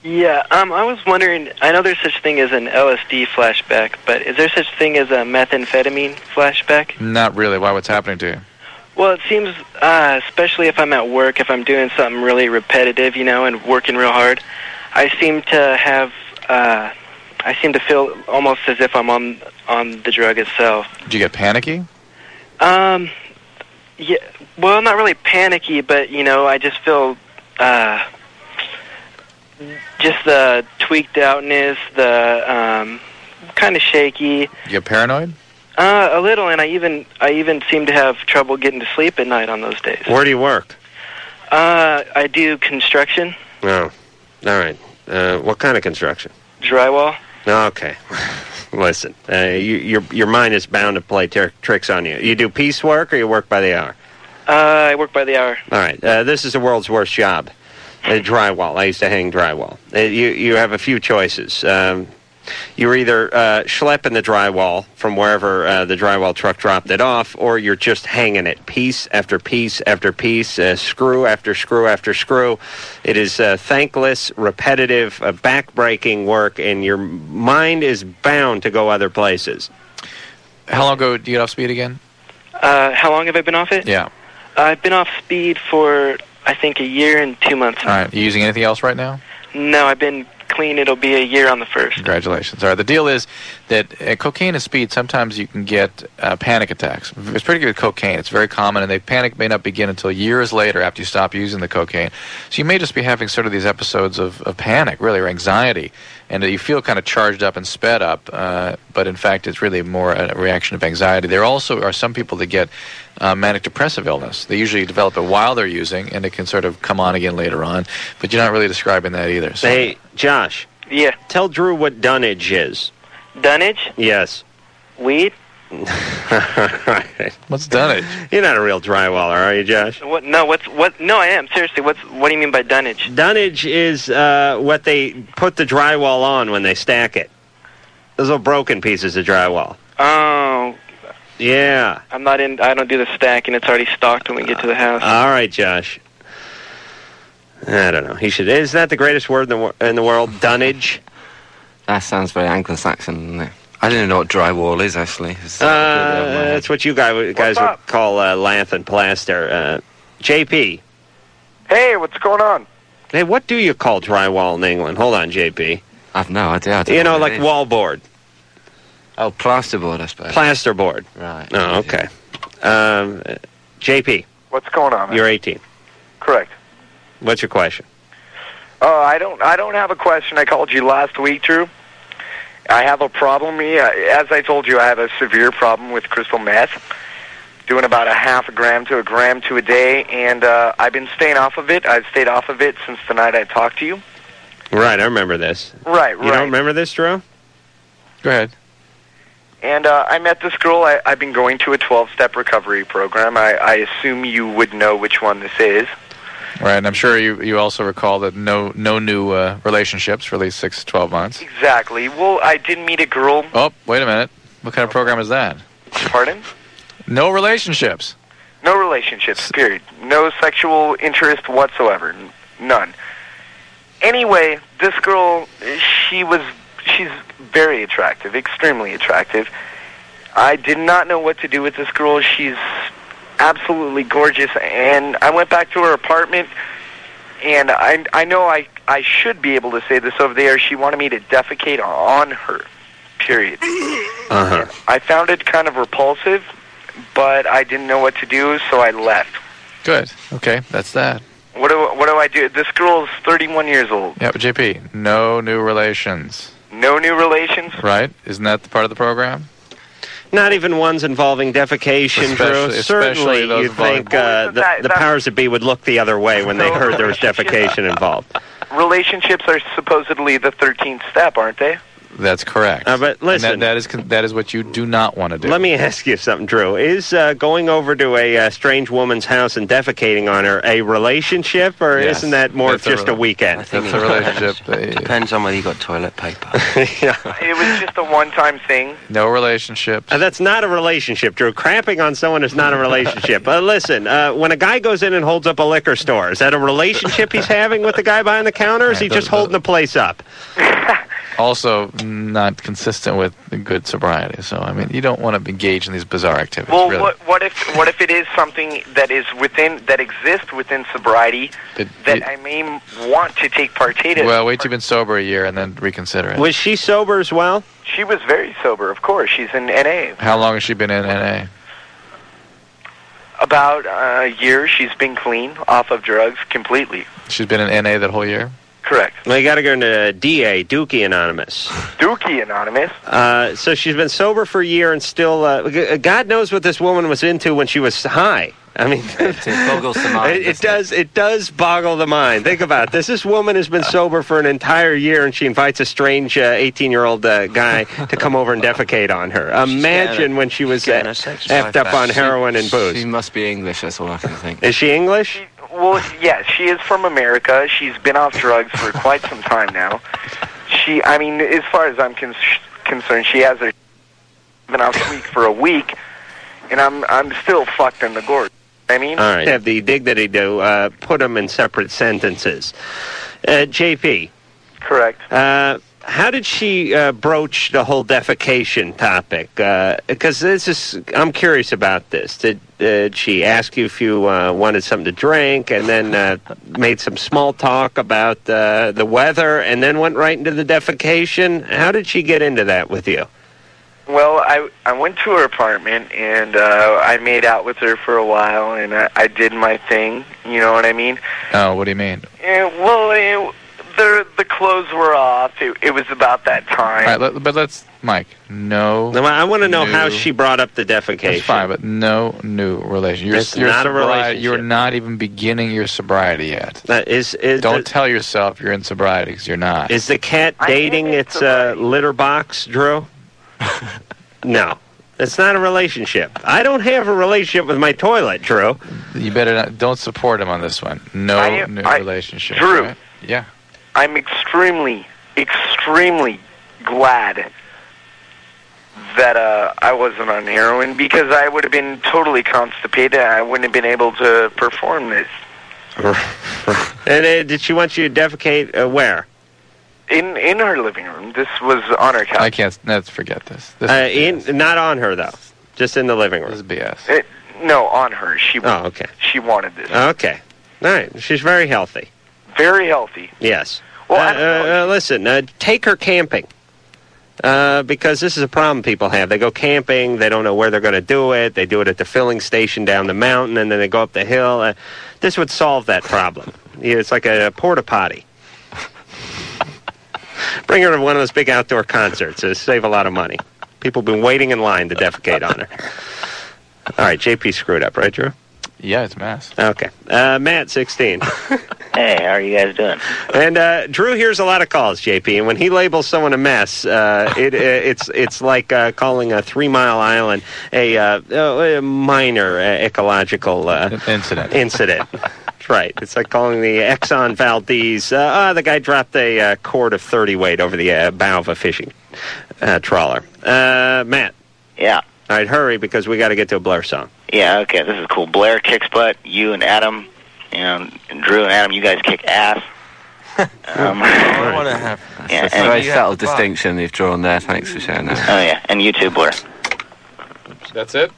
Speaker 3: Yeah, um, I was wondering. I know there's such thing as an LSD flashback, but is there such thing as a methamphetamine flashback?
Speaker 6: Not really. Why? What's happening to you?
Speaker 3: Well, it seems, uh, especially if I'm at work, if I'm doing something really repetitive, you know, and working real hard, I seem to have, uh, I seem to feel almost as if I'm on on the drug itself.
Speaker 6: Do you get panicky?
Speaker 3: Um, yeah. Well, not really panicky, but you know, I just feel uh, just the tweaked outness, the um, kind of shaky,
Speaker 6: You get paranoid?
Speaker 3: uh, a little, and I even I even seem to have trouble getting to sleep at night on those days.
Speaker 4: Where do you work?
Speaker 3: Uh, I do construction,
Speaker 4: No. Oh, All right. Uh, what kind of construction?
Speaker 3: drywall.
Speaker 4: Oh, Okay. Listen, uh, you, your your mind is bound to play ter- tricks on you. You do piecework or you work by the hour.
Speaker 3: Uh, I work by the hour.
Speaker 4: All right. Uh, this is the world's worst job. Uh, drywall. I used to hang drywall. Uh, you you have a few choices. Um, you're either uh, schlepping the drywall from wherever uh, the drywall truck dropped it off, or you're just hanging it piece after piece after piece, uh, screw after screw after screw. It is uh, thankless, repetitive, uh, backbreaking work, and your mind is bound to go other places.
Speaker 6: How long ago do you get off speed again?
Speaker 3: Uh, how long have I been off it?
Speaker 6: Yeah.
Speaker 3: I've been off speed for I think a year and two months.
Speaker 6: All right. You using anything else right now?
Speaker 3: No, I've been clean. It'll be a year on the first.
Speaker 6: Congratulations. All right. The deal is that uh, cocaine and speed, sometimes you can get uh, panic attacks. It's pretty good with cocaine. It's very common, and the panic may not begin until years later after you stop using the cocaine. So you may just be having sort of these episodes of, of panic, really, or anxiety, and that you feel kind of charged up and sped up, uh, but in fact, it's really more a reaction of anxiety. There also are some people that get uh, manic depressive illness. They usually develop it while they're using, and it can sort of come on again later on, but you're not really describing that either. So.
Speaker 4: Hey, Josh.
Speaker 3: Yeah.
Speaker 4: Tell Drew what dunnage is.
Speaker 3: Dunnage?
Speaker 4: Yes.
Speaker 3: Weed?
Speaker 4: Alright.
Speaker 6: What's dunnage?
Speaker 4: You're not a real drywaller, are you, Josh?
Speaker 3: What? No. What's what? No, I am seriously. What's what do you mean by dunnage?
Speaker 4: Dunnage is uh, what they put the drywall on when they stack it. Those little broken pieces of drywall.
Speaker 3: Oh,
Speaker 4: Yeah.
Speaker 3: I'm not in. I don't do the stack, and it's already stocked when we get to the house.
Speaker 4: All right, Josh. I don't know. He should. Is that the greatest word in the, wor- in the world? Dunnage.
Speaker 8: That sounds very Anglo-Saxon, doesn't it? I don't even know what drywall is actually. It's-
Speaker 4: Uh, that's what you guys, guys would call uh, lath and plaster. Uh, JP.
Speaker 15: Hey, what's going on?
Speaker 4: Hey, what do you call drywall in England? Hold on, JP.
Speaker 8: I've no idea. I don't
Speaker 4: You know,
Speaker 8: what
Speaker 4: like
Speaker 8: it is.
Speaker 4: wallboard,
Speaker 8: Oh, plasterboard, I suppose.
Speaker 4: plasterboard.
Speaker 8: Right.
Speaker 4: Oh, okay. Um, uh, JP,
Speaker 15: What's going on? man?
Speaker 4: you're 18.
Speaker 15: Correct.
Speaker 4: What's your question?
Speaker 15: Uh, I don't. I don't have a question. I called you last week, Drew. I have a problem. Yeah, as I told you, I have a severe problem with crystal meth. Doing about a half a gram to a gram to a day, and uh, I've been staying off of it. I've stayed off of it since the night I talked to you.
Speaker 4: Right, I remember this.
Speaker 15: Right,
Speaker 4: You
Speaker 15: right.
Speaker 4: don't remember this, Drew?
Speaker 6: Go ahead.
Speaker 15: And uh, I met this girl. I, I've been going to a 12-step recovery program. I, I assume you would know which one this is.
Speaker 6: Right, and I'm sure you, you also recall that no no new uh, relationships for at least six to twelve months.
Speaker 15: Exactly. Well, I did meet a girl.
Speaker 6: Oh, wait a minute. What kind of program is that?
Speaker 15: Pardon?
Speaker 6: No relationships.
Speaker 15: No relationships, period. No sexual interest whatsoever. N- None. Anyway, this girl, she was, she's very attractive, extremely attractive. I did not know what to do with this girl. She's absolutely gorgeous. And I went back to her apartment, and I, I know I, I should be able to say this over there. She wanted me to defecate on her, period.
Speaker 4: Uh huh.
Speaker 15: I found it kind of repulsive, but I didn't know what to do, so I left.
Speaker 6: Good. Okay, that's that.
Speaker 15: What do what do I do? This girl's 31 years old.
Speaker 6: Yeah, but JP, no new relations.
Speaker 15: No new relations.
Speaker 6: Right? Isn't that the part of the program?
Speaker 4: Not even ones involving defecation,
Speaker 6: Especially-
Speaker 4: Drew.
Speaker 6: especially
Speaker 4: Certainly,
Speaker 6: those
Speaker 4: you'd think
Speaker 6: involving-
Speaker 4: uh, the, the powers that be would look the other way when they heard there was defecation involved.
Speaker 15: Relationships are supposedly the 13th step, aren't they?
Speaker 6: That's correct.
Speaker 4: Uh, but listen-
Speaker 6: And that, that is con- that is what you do not want to do.
Speaker 4: Let me ask you something, Drew. Is uh, going over to a uh, strange woman's house and defecating on her a relationship, or
Speaker 8: Yes.
Speaker 4: isn't that more
Speaker 8: That's a
Speaker 4: just a,
Speaker 8: rela-
Speaker 4: weekend?
Speaker 8: I think it Depends, depends on whether you got toilet paper.
Speaker 4: yeah.
Speaker 15: It was just a one-time thing.
Speaker 6: No relationship.
Speaker 4: Uh, that's not a relationship, Drew. Cramping on someone is not a relationship. uh, listen, uh, when a guy goes in and holds up a liquor store, is that a relationship he's having with the guy behind the counter, or is he just holding the place up?
Speaker 6: Also, not consistent with good sobriety. So, I mean, you don't want to engage in these bizarre activities.
Speaker 15: Well,
Speaker 6: really.
Speaker 15: what what if what if it is something that is within that exists within sobriety
Speaker 6: But
Speaker 15: that
Speaker 6: it-
Speaker 15: I may m- want to take part in?
Speaker 6: well, wait till you've been sober a year and then reconsider it.
Speaker 4: Was she sober as well?
Speaker 15: She was very sober, of course. She's in NA.
Speaker 6: How long has she been in NA?
Speaker 15: About uh, a year, she's been clean off of drugs completely.
Speaker 6: She's been in NA that whole year.
Speaker 15: Correct.
Speaker 4: Well, you got to go into DA, Dookie Anonymous.
Speaker 15: Dookie Anonymous.
Speaker 4: Uh, so she's been sober for a year and still, uh, g- God knows what this woman was into when she was high. I mean, it
Speaker 8: boggles the
Speaker 4: mind. It, does. It does boggle the mind. Think about it. this. This woman has been sober for an entire year, and she invites a strange eighteen-year-old uh, guy to come over and defecate on her. Imagine when she was uh, effed up on heroin and booze.
Speaker 8: She must be English. That's all I can think.
Speaker 4: Is she English?
Speaker 15: Well, yes, she is from America. She's been off drugs for quite some time now. She, I mean, as far as I'm con- concerned, she has her been off week for a week, and I'm I'm still fucked in the gourd. I mean,
Speaker 4: All right. Have the dignity to uh, put them in separate sentences. Uh, JP.
Speaker 15: Correct.
Speaker 4: Uh, how did she uh, broach the whole defecation topic? Because this is, I'm curious about this. Did, did she ask you if you uh, wanted something to drink, and then uh, made some small talk about uh, the weather, and then went right into the defecation? How did she get into that with you?
Speaker 15: Well, I I went to her apartment and uh, I made out with her for a while, and I, I did my thing. You know what I mean?
Speaker 6: Oh, what do you mean?
Speaker 15: Eh, well, eh, the the clothes were off. It, it was about that time.
Speaker 6: All right, let, but let's, Mike. No.
Speaker 4: No, I want to know how
Speaker 6: new-
Speaker 4: she brought up the defecation.
Speaker 6: That's fine, but no new relation. You're,
Speaker 4: It's
Speaker 6: you're
Speaker 4: not a
Speaker 6: sobriety-
Speaker 4: relationship.
Speaker 6: You're not even beginning your sobriety yet.
Speaker 4: That is, is
Speaker 6: Don't tell yourself you're in sobriety because you're not.
Speaker 4: Is the cat dating its uh, litter box, Drew? no. It's not a relationship. I don't have a relationship with my toilet, Drew.
Speaker 6: You better not. Don't support him on this one. No
Speaker 15: I-
Speaker 6: new
Speaker 15: I-
Speaker 6: relationship.
Speaker 15: Drew.
Speaker 6: right? Yeah.
Speaker 15: I'm extremely, extremely glad that uh, I wasn't on heroin because I would have been totally constipated. and I wouldn't have been able to perform this.
Speaker 4: and uh, did she want you to defecate uh, where?
Speaker 15: In in her living room. This was on her couch.
Speaker 6: I can't. Let's forget this. this
Speaker 4: uh, in, not on her though, just in the living room. This is
Speaker 6: BS.
Speaker 15: It, no, on her. She
Speaker 4: oh, okay.
Speaker 15: she wanted this.
Speaker 4: Okay. All right. She's very healthy.
Speaker 15: Very healthy.
Speaker 4: Yes. Well, uh, uh, listen, uh, take her camping. Uh, because this is a problem people have. They go camping, they don't know where they're going to do it. They do it at the filling station down the mountain, and then they go up the hill. Uh, this would solve that problem. Yeah, it's like a, porta potty. Bring her to one of those big outdoor concerts. It'll save a lot of money. People have been waiting in line to defecate on her. All right, JP screwed up, right, Drew?
Speaker 6: Yeah, it's mass.
Speaker 4: Okay. Uh, Matt, 16.
Speaker 17: Hey, how are you guys doing?
Speaker 4: And uh, Drew hears a lot of calls, JP, and when he labels someone a mess, uh, it, uh, it's it's like uh, calling a Three Mile Island a, uh, uh, a minor uh, ecological uh,
Speaker 6: incident.
Speaker 4: Incident. That's right. It's like calling the Exxon Valdez. Uh, ah, the guy dropped a uh, cord of thirty weight over the uh, bow of a fishing uh, trawler. Uh, Matt.
Speaker 17: Yeah.
Speaker 4: All right, hurry because we got to get to a Blair song.
Speaker 17: Yeah, okay, this is cool. Blair kicks butt. You and Adam, you know, and Drew and Adam, you guys kick ass. um,
Speaker 14: I want to have.
Speaker 17: yeah,
Speaker 14: It's a very
Speaker 17: and-
Speaker 14: subtle distinction you've drawn there. Thanks for sharing that.
Speaker 17: Oh yeah, and you too, Blair.
Speaker 6: That's it.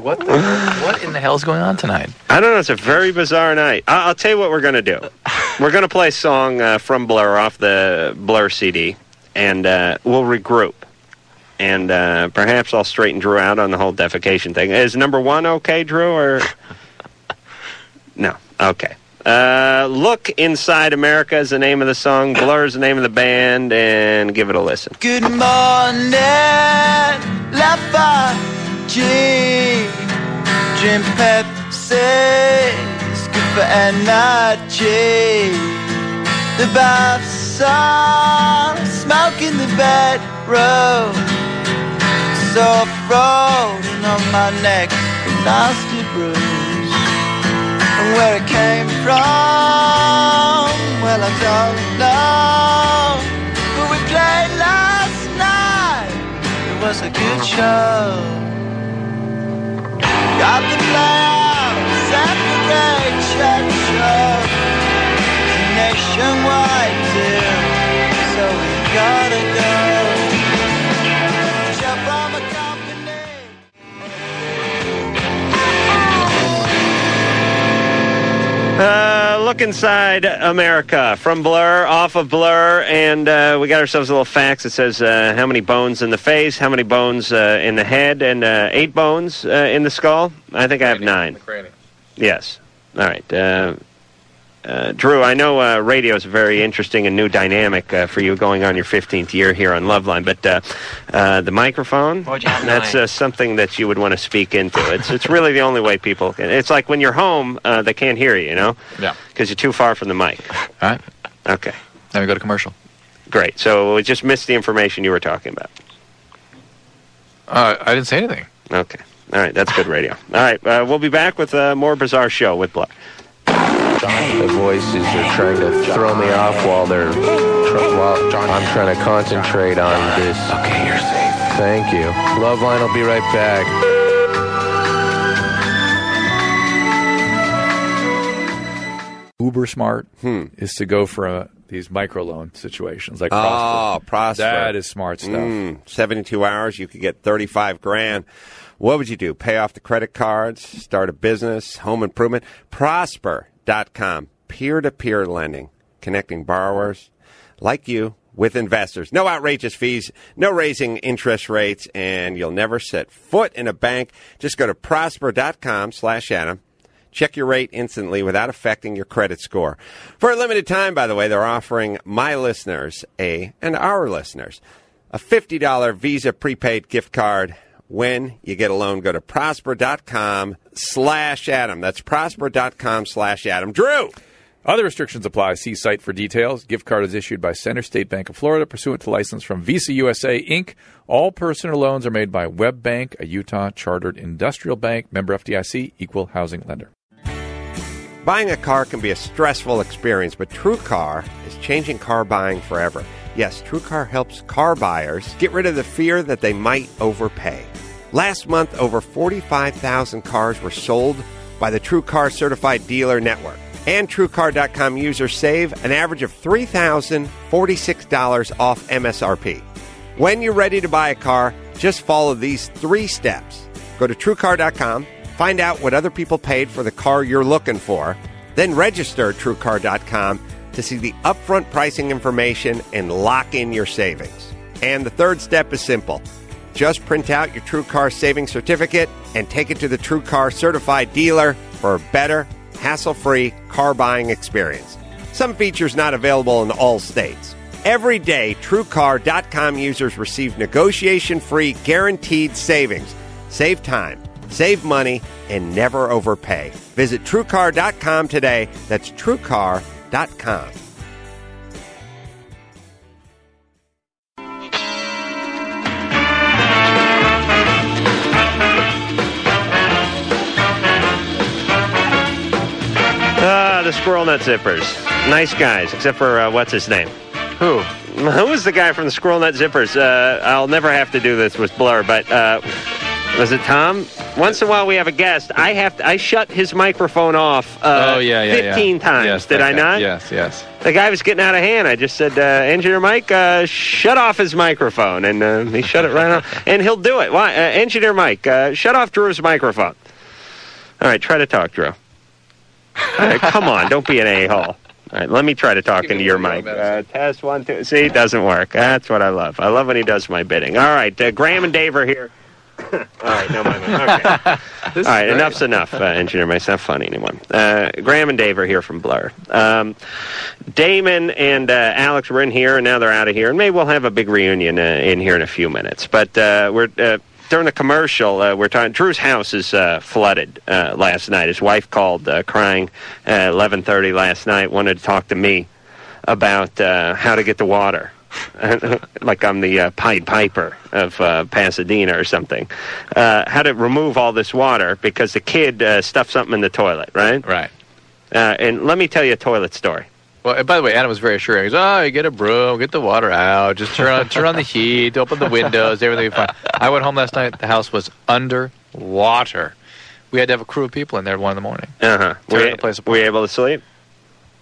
Speaker 6: What the, what in the hell's going on tonight?
Speaker 4: I don't know. It's a very bizarre night. I- I'll tell you what we're going to do. We're going to play a song uh, from Blur off the Blur CD, and uh, we'll regroup. And uh, perhaps I'll straighten Drew out on the whole defecation thing. Is number one okay, Drew? Or no? Okay. Uh, Look Inside America is the name of the song. Blur is the name of the band, and give it a listen.
Speaker 25: Good morning, Lafarge. Drink Pepsi, scoop for energy. The bath song, smoke in the bedroom. Soft rolling on my neck, a nasty bruise. And where it came from, well I don't know. But we played last night. It was a good show. Got the players at the Red Check Show. It's a nationwide deal, so we gotta go. Jump on my company.
Speaker 4: Uh, look inside America from Blur, off of Blur, and uh, we got ourselves a little fax that says uh, how many bones in the face, how many bones uh, in the head, and uh, eight bones uh, in the skull. I think I have nine. Yes. All right. Uh, uh, Drew, I know uh, radio is a very interesting and new dynamic uh, for you going on your 15th year here on Loveline, but uh, uh, the microphone, that's uh, something that you would want to speak into. It's, it's really the only way people can. It's like when you're home, uh, they can't hear you, you know?
Speaker 6: Yeah.
Speaker 4: Because you're too far from the mic.
Speaker 6: All right.
Speaker 4: Okay.
Speaker 6: Now we go to commercial.
Speaker 4: Great. So we just missed the information you were talking about.
Speaker 6: Uh, I didn't say anything.
Speaker 4: Okay. All right. That's good radio. All right. Uh, we'll be back with a more bizarre show with Black.
Speaker 2: The voices are trying to throw me off while they're tr- while I'm trying to concentrate on this. Okay, you're safe. Thank you. Loveline will be right back.
Speaker 6: uber smart is to go for uh, these microloan situations like
Speaker 20: oh,
Speaker 6: Prosper.
Speaker 20: Prosper.
Speaker 6: That is smart stuff.
Speaker 20: Mm, 72 hours, you could get 35 grand. What would you do? Pay off the credit cards, start a business, home improvement? Prosper.com. Peer to peer lending, connecting borrowers like you with investors. No outrageous fees, no raising interest rates, and you'll never set foot in a bank. Just go to prosper.com slash Adam. Check your rate instantly without affecting your credit score. For a limited time, by the way, they're offering my listeners a and our listeners a $50 Visa prepaid gift card when you get a loan. Go to prosper.com slash Adam. That's prosper.com slash Adam. Drew!
Speaker 6: Other restrictions apply. See site for details. Gift card is issued by Center State Bank of Florida pursuant to license from Visa USA Inc. All personal loans are made by Web Bank, a Utah chartered industrial bank, member FDIC, equal housing lender.
Speaker 20: Buying a car can be a stressful experience, but TrueCar is changing car buying forever. Yes, TrueCar helps car buyers get rid of the fear that they might overpay. Last month, over 45,000 cars were sold by the TrueCar Certified Dealer Network. And TrueCar.com users save an average of $3,046 off MSRP. When you're ready to buy a car, just follow these three steps. Go to TrueCar.com, find out what other people paid for the car you're looking for, then register at TrueCar.com to see the upfront pricing information and lock in your savings. And the third step is simple. Just print out your TrueCar savings certificate and take it to the TrueCar certified dealer for a better, hassle-free car buying experience. Some features not available in all states. Every day, TrueCar.com users receive negotiation-free guaranteed savings. Save time, save money, and never overpay. Visit TrueCar.com today. That's TrueCar.com.
Speaker 4: Ah, the Squirrel Nut Zippers. Nice guys, except for uh, what's his name? Who? Who was the guy from the Squirrel Nut Zippers? Uh, I'll never have to do this with Blur, but uh, was it Tom? Once in a while, we have a guest. I have to, I shut his microphone off. Uh,
Speaker 6: oh yeah, yeah, yeah.
Speaker 4: fifteen times.
Speaker 6: Yes,
Speaker 4: did
Speaker 6: that
Speaker 4: I
Speaker 6: guy.
Speaker 4: not?
Speaker 6: Yes, yes.
Speaker 4: The guy was getting out of hand. I just said, uh, Engineer Mike, uh, shut off his microphone. And uh, he shut it right off. And he'll do it. Why? Uh, Engineer Mike, uh, shut off Drew's microphone. All right, try to talk, Drew. All right, come on, don't be an a hole. All right, let me try to talk into your mic. Uh, test one, two. See, it doesn't work. That's what I love. I love when he does my bidding. All right, uh, Graham and Dave are here. All right, no, my mic. Okay. All right, enough's enough, uh, Engineer Mike. It's not funny anymore. Uh, Graham and Dave are here from Blur. Um, Damon and uh, Alex were in here, and now they're out of here. And maybe we'll have a big reunion uh, in here in a few minutes. But uh, we're uh, during the commercial. Uh, we're talking. Drew's house is uh, flooded uh, last night. His wife called uh, crying at 11:30 last night. Wanted to talk to me about uh, how to get the water. like I'm the uh, Pied Piper of uh, Pasadena or something. Uh, how to remove all this water because the kid uh, stuffed something in the toilet, right?
Speaker 6: Right.
Speaker 4: Uh, and let me tell you a toilet story.
Speaker 6: Well, and by the way, Adam was very assuring. He goes, "Oh, you get a broom, get the water out, just turn on, turn on the heat, open the windows, everything will be fine." I went home last night. The house was under water. We had to have a crew of people in there at one in the morning.
Speaker 4: Uh huh.
Speaker 6: Tearing
Speaker 4: Were,
Speaker 6: the place
Speaker 4: were you able to sleep?
Speaker 6: Uh-huh.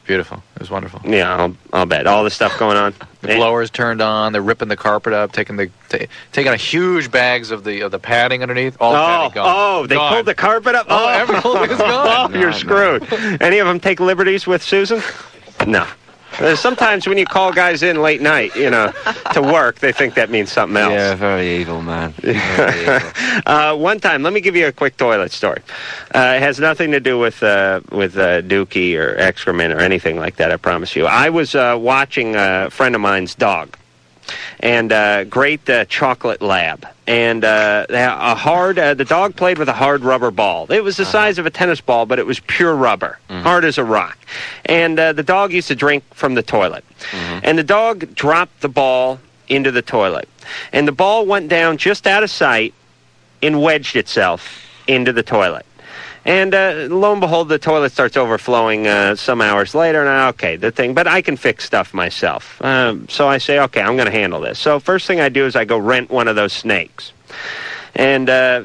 Speaker 6: Beautiful. It was wonderful.
Speaker 4: Yeah, I'll, I'll bet. All the stuff going on.
Speaker 6: The blowers turned on. They're ripping the carpet up, taking the ta taking out huge bags of the of the padding underneath. All the
Speaker 4: oh,
Speaker 6: padding gone.
Speaker 4: oh, they
Speaker 6: Gone.
Speaker 4: pulled the carpet up.
Speaker 6: Oh, everything is gone.
Speaker 4: Oh, you're screwed. Any of them take liberties with Susan? No. Uh, Sometimes when you call guys in late night, you know, to work, they think that means something else.
Speaker 8: Yeah, very evil, man.
Speaker 4: uh, one time, let me give you a quick toilet story. Uh, it has nothing to do with uh, with uh, Dookie or excrement or anything like that. I promise you. I was uh, watching a friend of mine's dog, and uh, great uh, chocolate lab, and uh, they had a hard. Uh, the dog played with a hard rubber ball. It was the size of a tennis ball, but it was pure rubber, hard as a rock. And uh, the dog used to drink from the toilet, and the dog dropped the ball into the toilet. And the ball went down just out of sight and wedged itself into the toilet. And uh, lo and behold, the toilet starts overflowing uh, some hours later. And I, okay, the thing, but I can fix stuff myself. Um, so I say, okay, I'm going to handle this. So first thing I do is I go rent one of those snakes. And uh,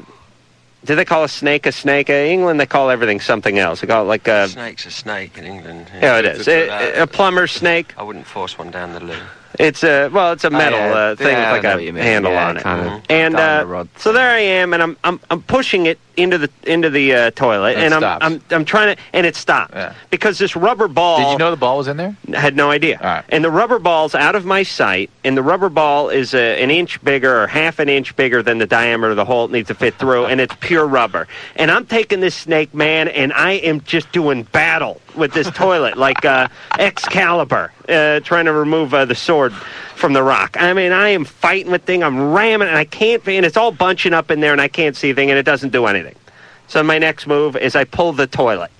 Speaker 4: do they call a snake a snake? In England, they call everything something else. They call it like a.
Speaker 14: Snake's a snake in England.
Speaker 4: Yeah, it is. A, a plumber's snake.
Speaker 14: I wouldn't force one down the loo.
Speaker 4: It's a well, it's a
Speaker 14: Oh,
Speaker 4: metal
Speaker 14: yeah.
Speaker 4: uh, thing
Speaker 14: Yeah, I
Speaker 4: with
Speaker 14: know
Speaker 4: like
Speaker 14: what you
Speaker 4: a
Speaker 14: mean.
Speaker 4: handle
Speaker 14: Yeah,
Speaker 4: on it,
Speaker 14: kind of
Speaker 4: and
Speaker 14: diamond
Speaker 4: uh, so there I am, and I'm I'm I'm pushing it into the into the uh, toilet,
Speaker 6: It
Speaker 4: and I'm,
Speaker 6: stops.
Speaker 4: I'm I'm trying to, and it stopped because this rubber ball.
Speaker 6: Did you know the ball was in there?
Speaker 4: I had no idea. And the rubber ball's out of my sight, and the rubber ball is uh an inch bigger or half an inch bigger than the diameter of the hole it needs to fit through, and it's pure rubber. And I'm taking this snake, man, and I am just doing battle with this toilet, like uh, Excalibur, uh, trying to remove uh, the sword from the rock. I mean, I am fighting with thing, I'm ramming, and I can't, and it's all bunching up in there, and I can't see thing, and it doesn't do anything. So my next move is I pull the toilet.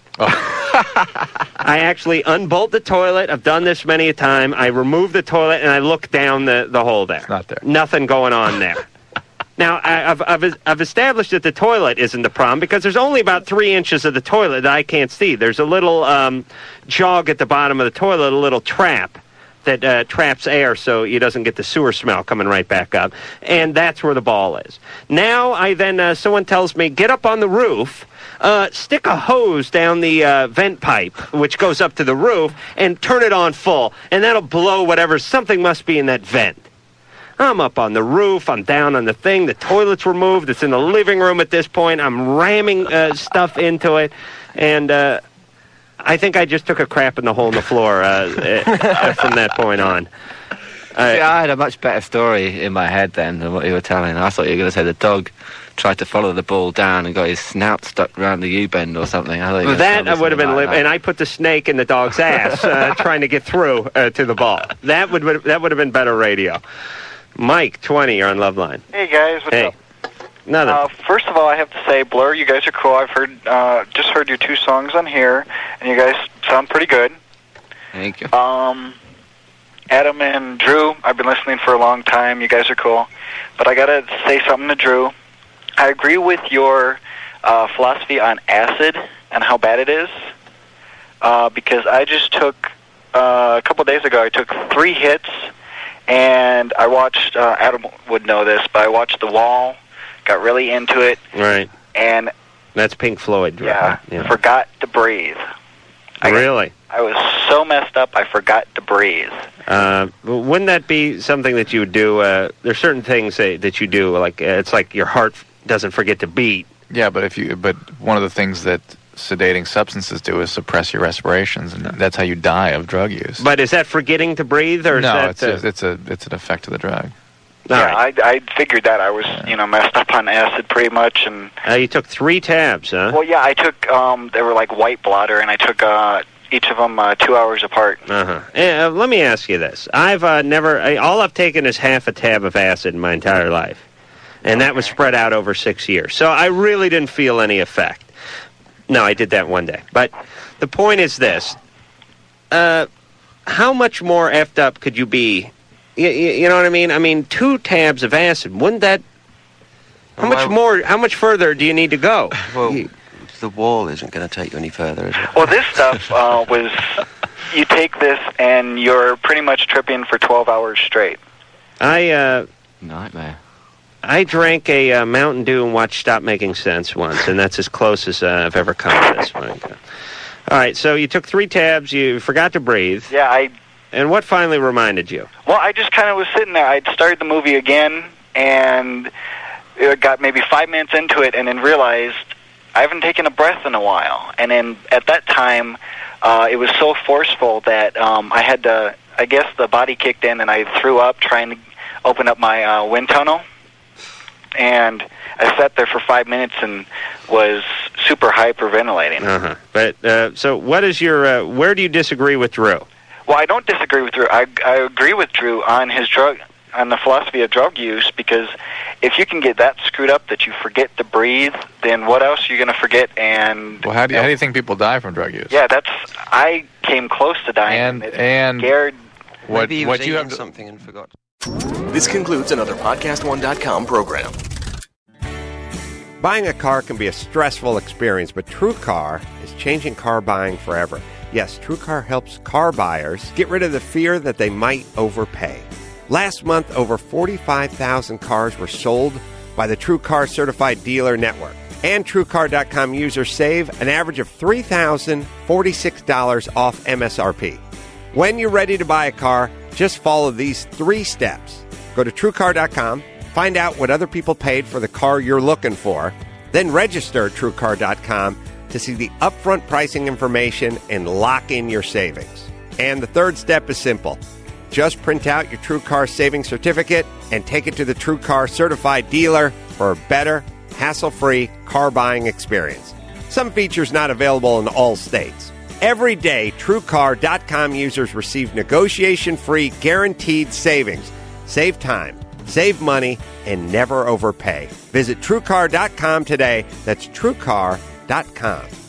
Speaker 4: I actually unbolt the toilet. I've done this many a time. I remove the toilet and I look down the, the hole there. not there. Nothing going on there. now, I, I've, I've, I've established that the toilet isn't the problem because there's only about three inches of the toilet that I can't see. There's a little um, jog at the bottom of the toilet, a little trap that uh, traps air so he doesn't get the sewer smell coming right back up. And that's where the ball is. Now I then, uh, someone tells me, get up on the roof. Uh, stick a hose down the uh, vent pipe, which goes up to the roof, and turn it on full, and that'll blow whatever something must be in that vent. I'm up on the roof. I'm down on the thing. The toilets were moved. It's in the living room at this point. I'm ramming uh, stuff into it, and uh, I think I just took a crap in the hole in the floor uh, uh, from that point on.
Speaker 14: yeah, I had a much better story in my head then than what you were telling. I thought you were going to say the dog tried to follow the ball down and got his snout stuck round the U bend or something. I thought you were gonna
Speaker 4: Well, that
Speaker 14: tell me
Speaker 4: would have been,
Speaker 14: something
Speaker 4: lib-
Speaker 14: like
Speaker 4: and I put the snake in the dog's ass, uh, trying to get through uh, to the ball. That would that would have been better radio. Mike, twenty, you're on Love Line.
Speaker 17: Hey guys, what's
Speaker 4: hey,
Speaker 17: up?
Speaker 4: nothing.
Speaker 17: Uh, first of all, I have to say, Blur, you guys are cool. I've heard uh, just heard your two songs on here, and you guys sound pretty good.
Speaker 14: Thank you.
Speaker 17: Um, Adam and Drew, I've been listening for a long time. You guys are cool, but I gotta say something to Drew. I agree with your uh, philosophy on acid and how bad it is, uh, because I just took uh, a couple days ago. I took three hits, and I watched. Uh, Adam would know this, but I watched The Wall. Got really into it,
Speaker 4: Right,
Speaker 17: and
Speaker 4: that's Pink Floyd. Yeah, yeah.
Speaker 17: forgot to breathe.
Speaker 4: really.
Speaker 17: I was so messed up, I forgot to breathe.
Speaker 4: Uh, well, wouldn't that be something that you would do? Uh, there's certain things that, that you do, like uh, it's like your heart f- doesn't forget to beat.
Speaker 6: Yeah, but if you but one of the things that sedating substances do is suppress your respirations, and that's how you die of drug use.
Speaker 4: But is that forgetting to breathe, or is
Speaker 6: no, it's,
Speaker 4: that uh,
Speaker 6: a, it's a it's an effect of the drug.
Speaker 17: yeah, I, I figured that I was, you know, messed up on acid pretty much, and
Speaker 4: uh, you took three tabs, huh?
Speaker 17: well, yeah, I took um, they were like white blotter, and I took uh, each of them uh, two hours apart.
Speaker 4: Uh-huh. Uh, let me ask you this. I've uh, never, I, all I've taken is half a tab of acid in my entire life. And that was spread out over six years. So I really didn't feel any effect. No, I did that one day. But the point is this. Uh, how much more effed up could you be? You, you know what I mean? I mean, two tabs of acid, wouldn't that... How much more, how much further do you need to go?
Speaker 14: Well, the wall isn't going to take you any further, is it?
Speaker 17: Well, this stuff uh, was you take this and you're pretty much tripping for twelve hours straight.
Speaker 4: I, uh...
Speaker 14: Nightmare.
Speaker 4: I drank a uh, Mountain Dew and watched Stop Making Sense once, and that's as close as uh, I've ever come to this. Mike. All right, so you took three tabs, you forgot to breathe.
Speaker 17: Yeah, I.
Speaker 4: And what finally reminded you?
Speaker 17: Well, I just kind of was sitting there. I'd started the movie again, and it got maybe five minutes into it, and then realized I haven't taken a breath in a while. And then at that time, uh, it was so forceful that um, I had to. I guess the body kicked in, and I threw up trying to open up my uh, wind tunnel. And I sat there for five minutes and was super hyperventilating.
Speaker 4: Uh-huh. But uh, so, what is your? Uh, where do you disagree with Drew?
Speaker 17: Well, I don't disagree with Drew. I, I agree with Drew on his drug, on the philosophy of drug use because if you can get that screwed up that you forget to breathe, then what else are you going to forget? And
Speaker 6: Well, how do you, how do you think people die from drug use?
Speaker 17: yeah, that's I came close to dying.
Speaker 6: And
Speaker 17: It
Speaker 6: and
Speaker 17: scared.
Speaker 6: what
Speaker 17: Maybe he was
Speaker 6: what you
Speaker 17: eating
Speaker 6: have
Speaker 17: something
Speaker 6: and forgot.
Speaker 12: This concludes another PodcastOne.com program.
Speaker 20: Buying a car can be a stressful experience, but TrueCar is changing car buying forever. Yes, TrueCar helps car buyers get rid of the fear that they might overpay. Last month, over 45,000 cars were sold by the TrueCar Certified Dealer Network. And TrueCar.com users save an average of $3,046 off MSRP. When you're ready to buy a car, just follow these three steps. Go to truecar.com, find out what other people paid for the car you're looking for, then register at truecar.com to see the upfront pricing information and lock in your savings. And the third step is simple. Just print out your TrueCar savings certificate and take it to the TrueCar certified dealer for a better, hassle-free car buying experience. Some features not available in all states. Every day, TrueCar.com users receive negotiation-free guaranteed savings. Save time, save money, and never overpay. Visit TrueCar.com today. That's TrueCar.com.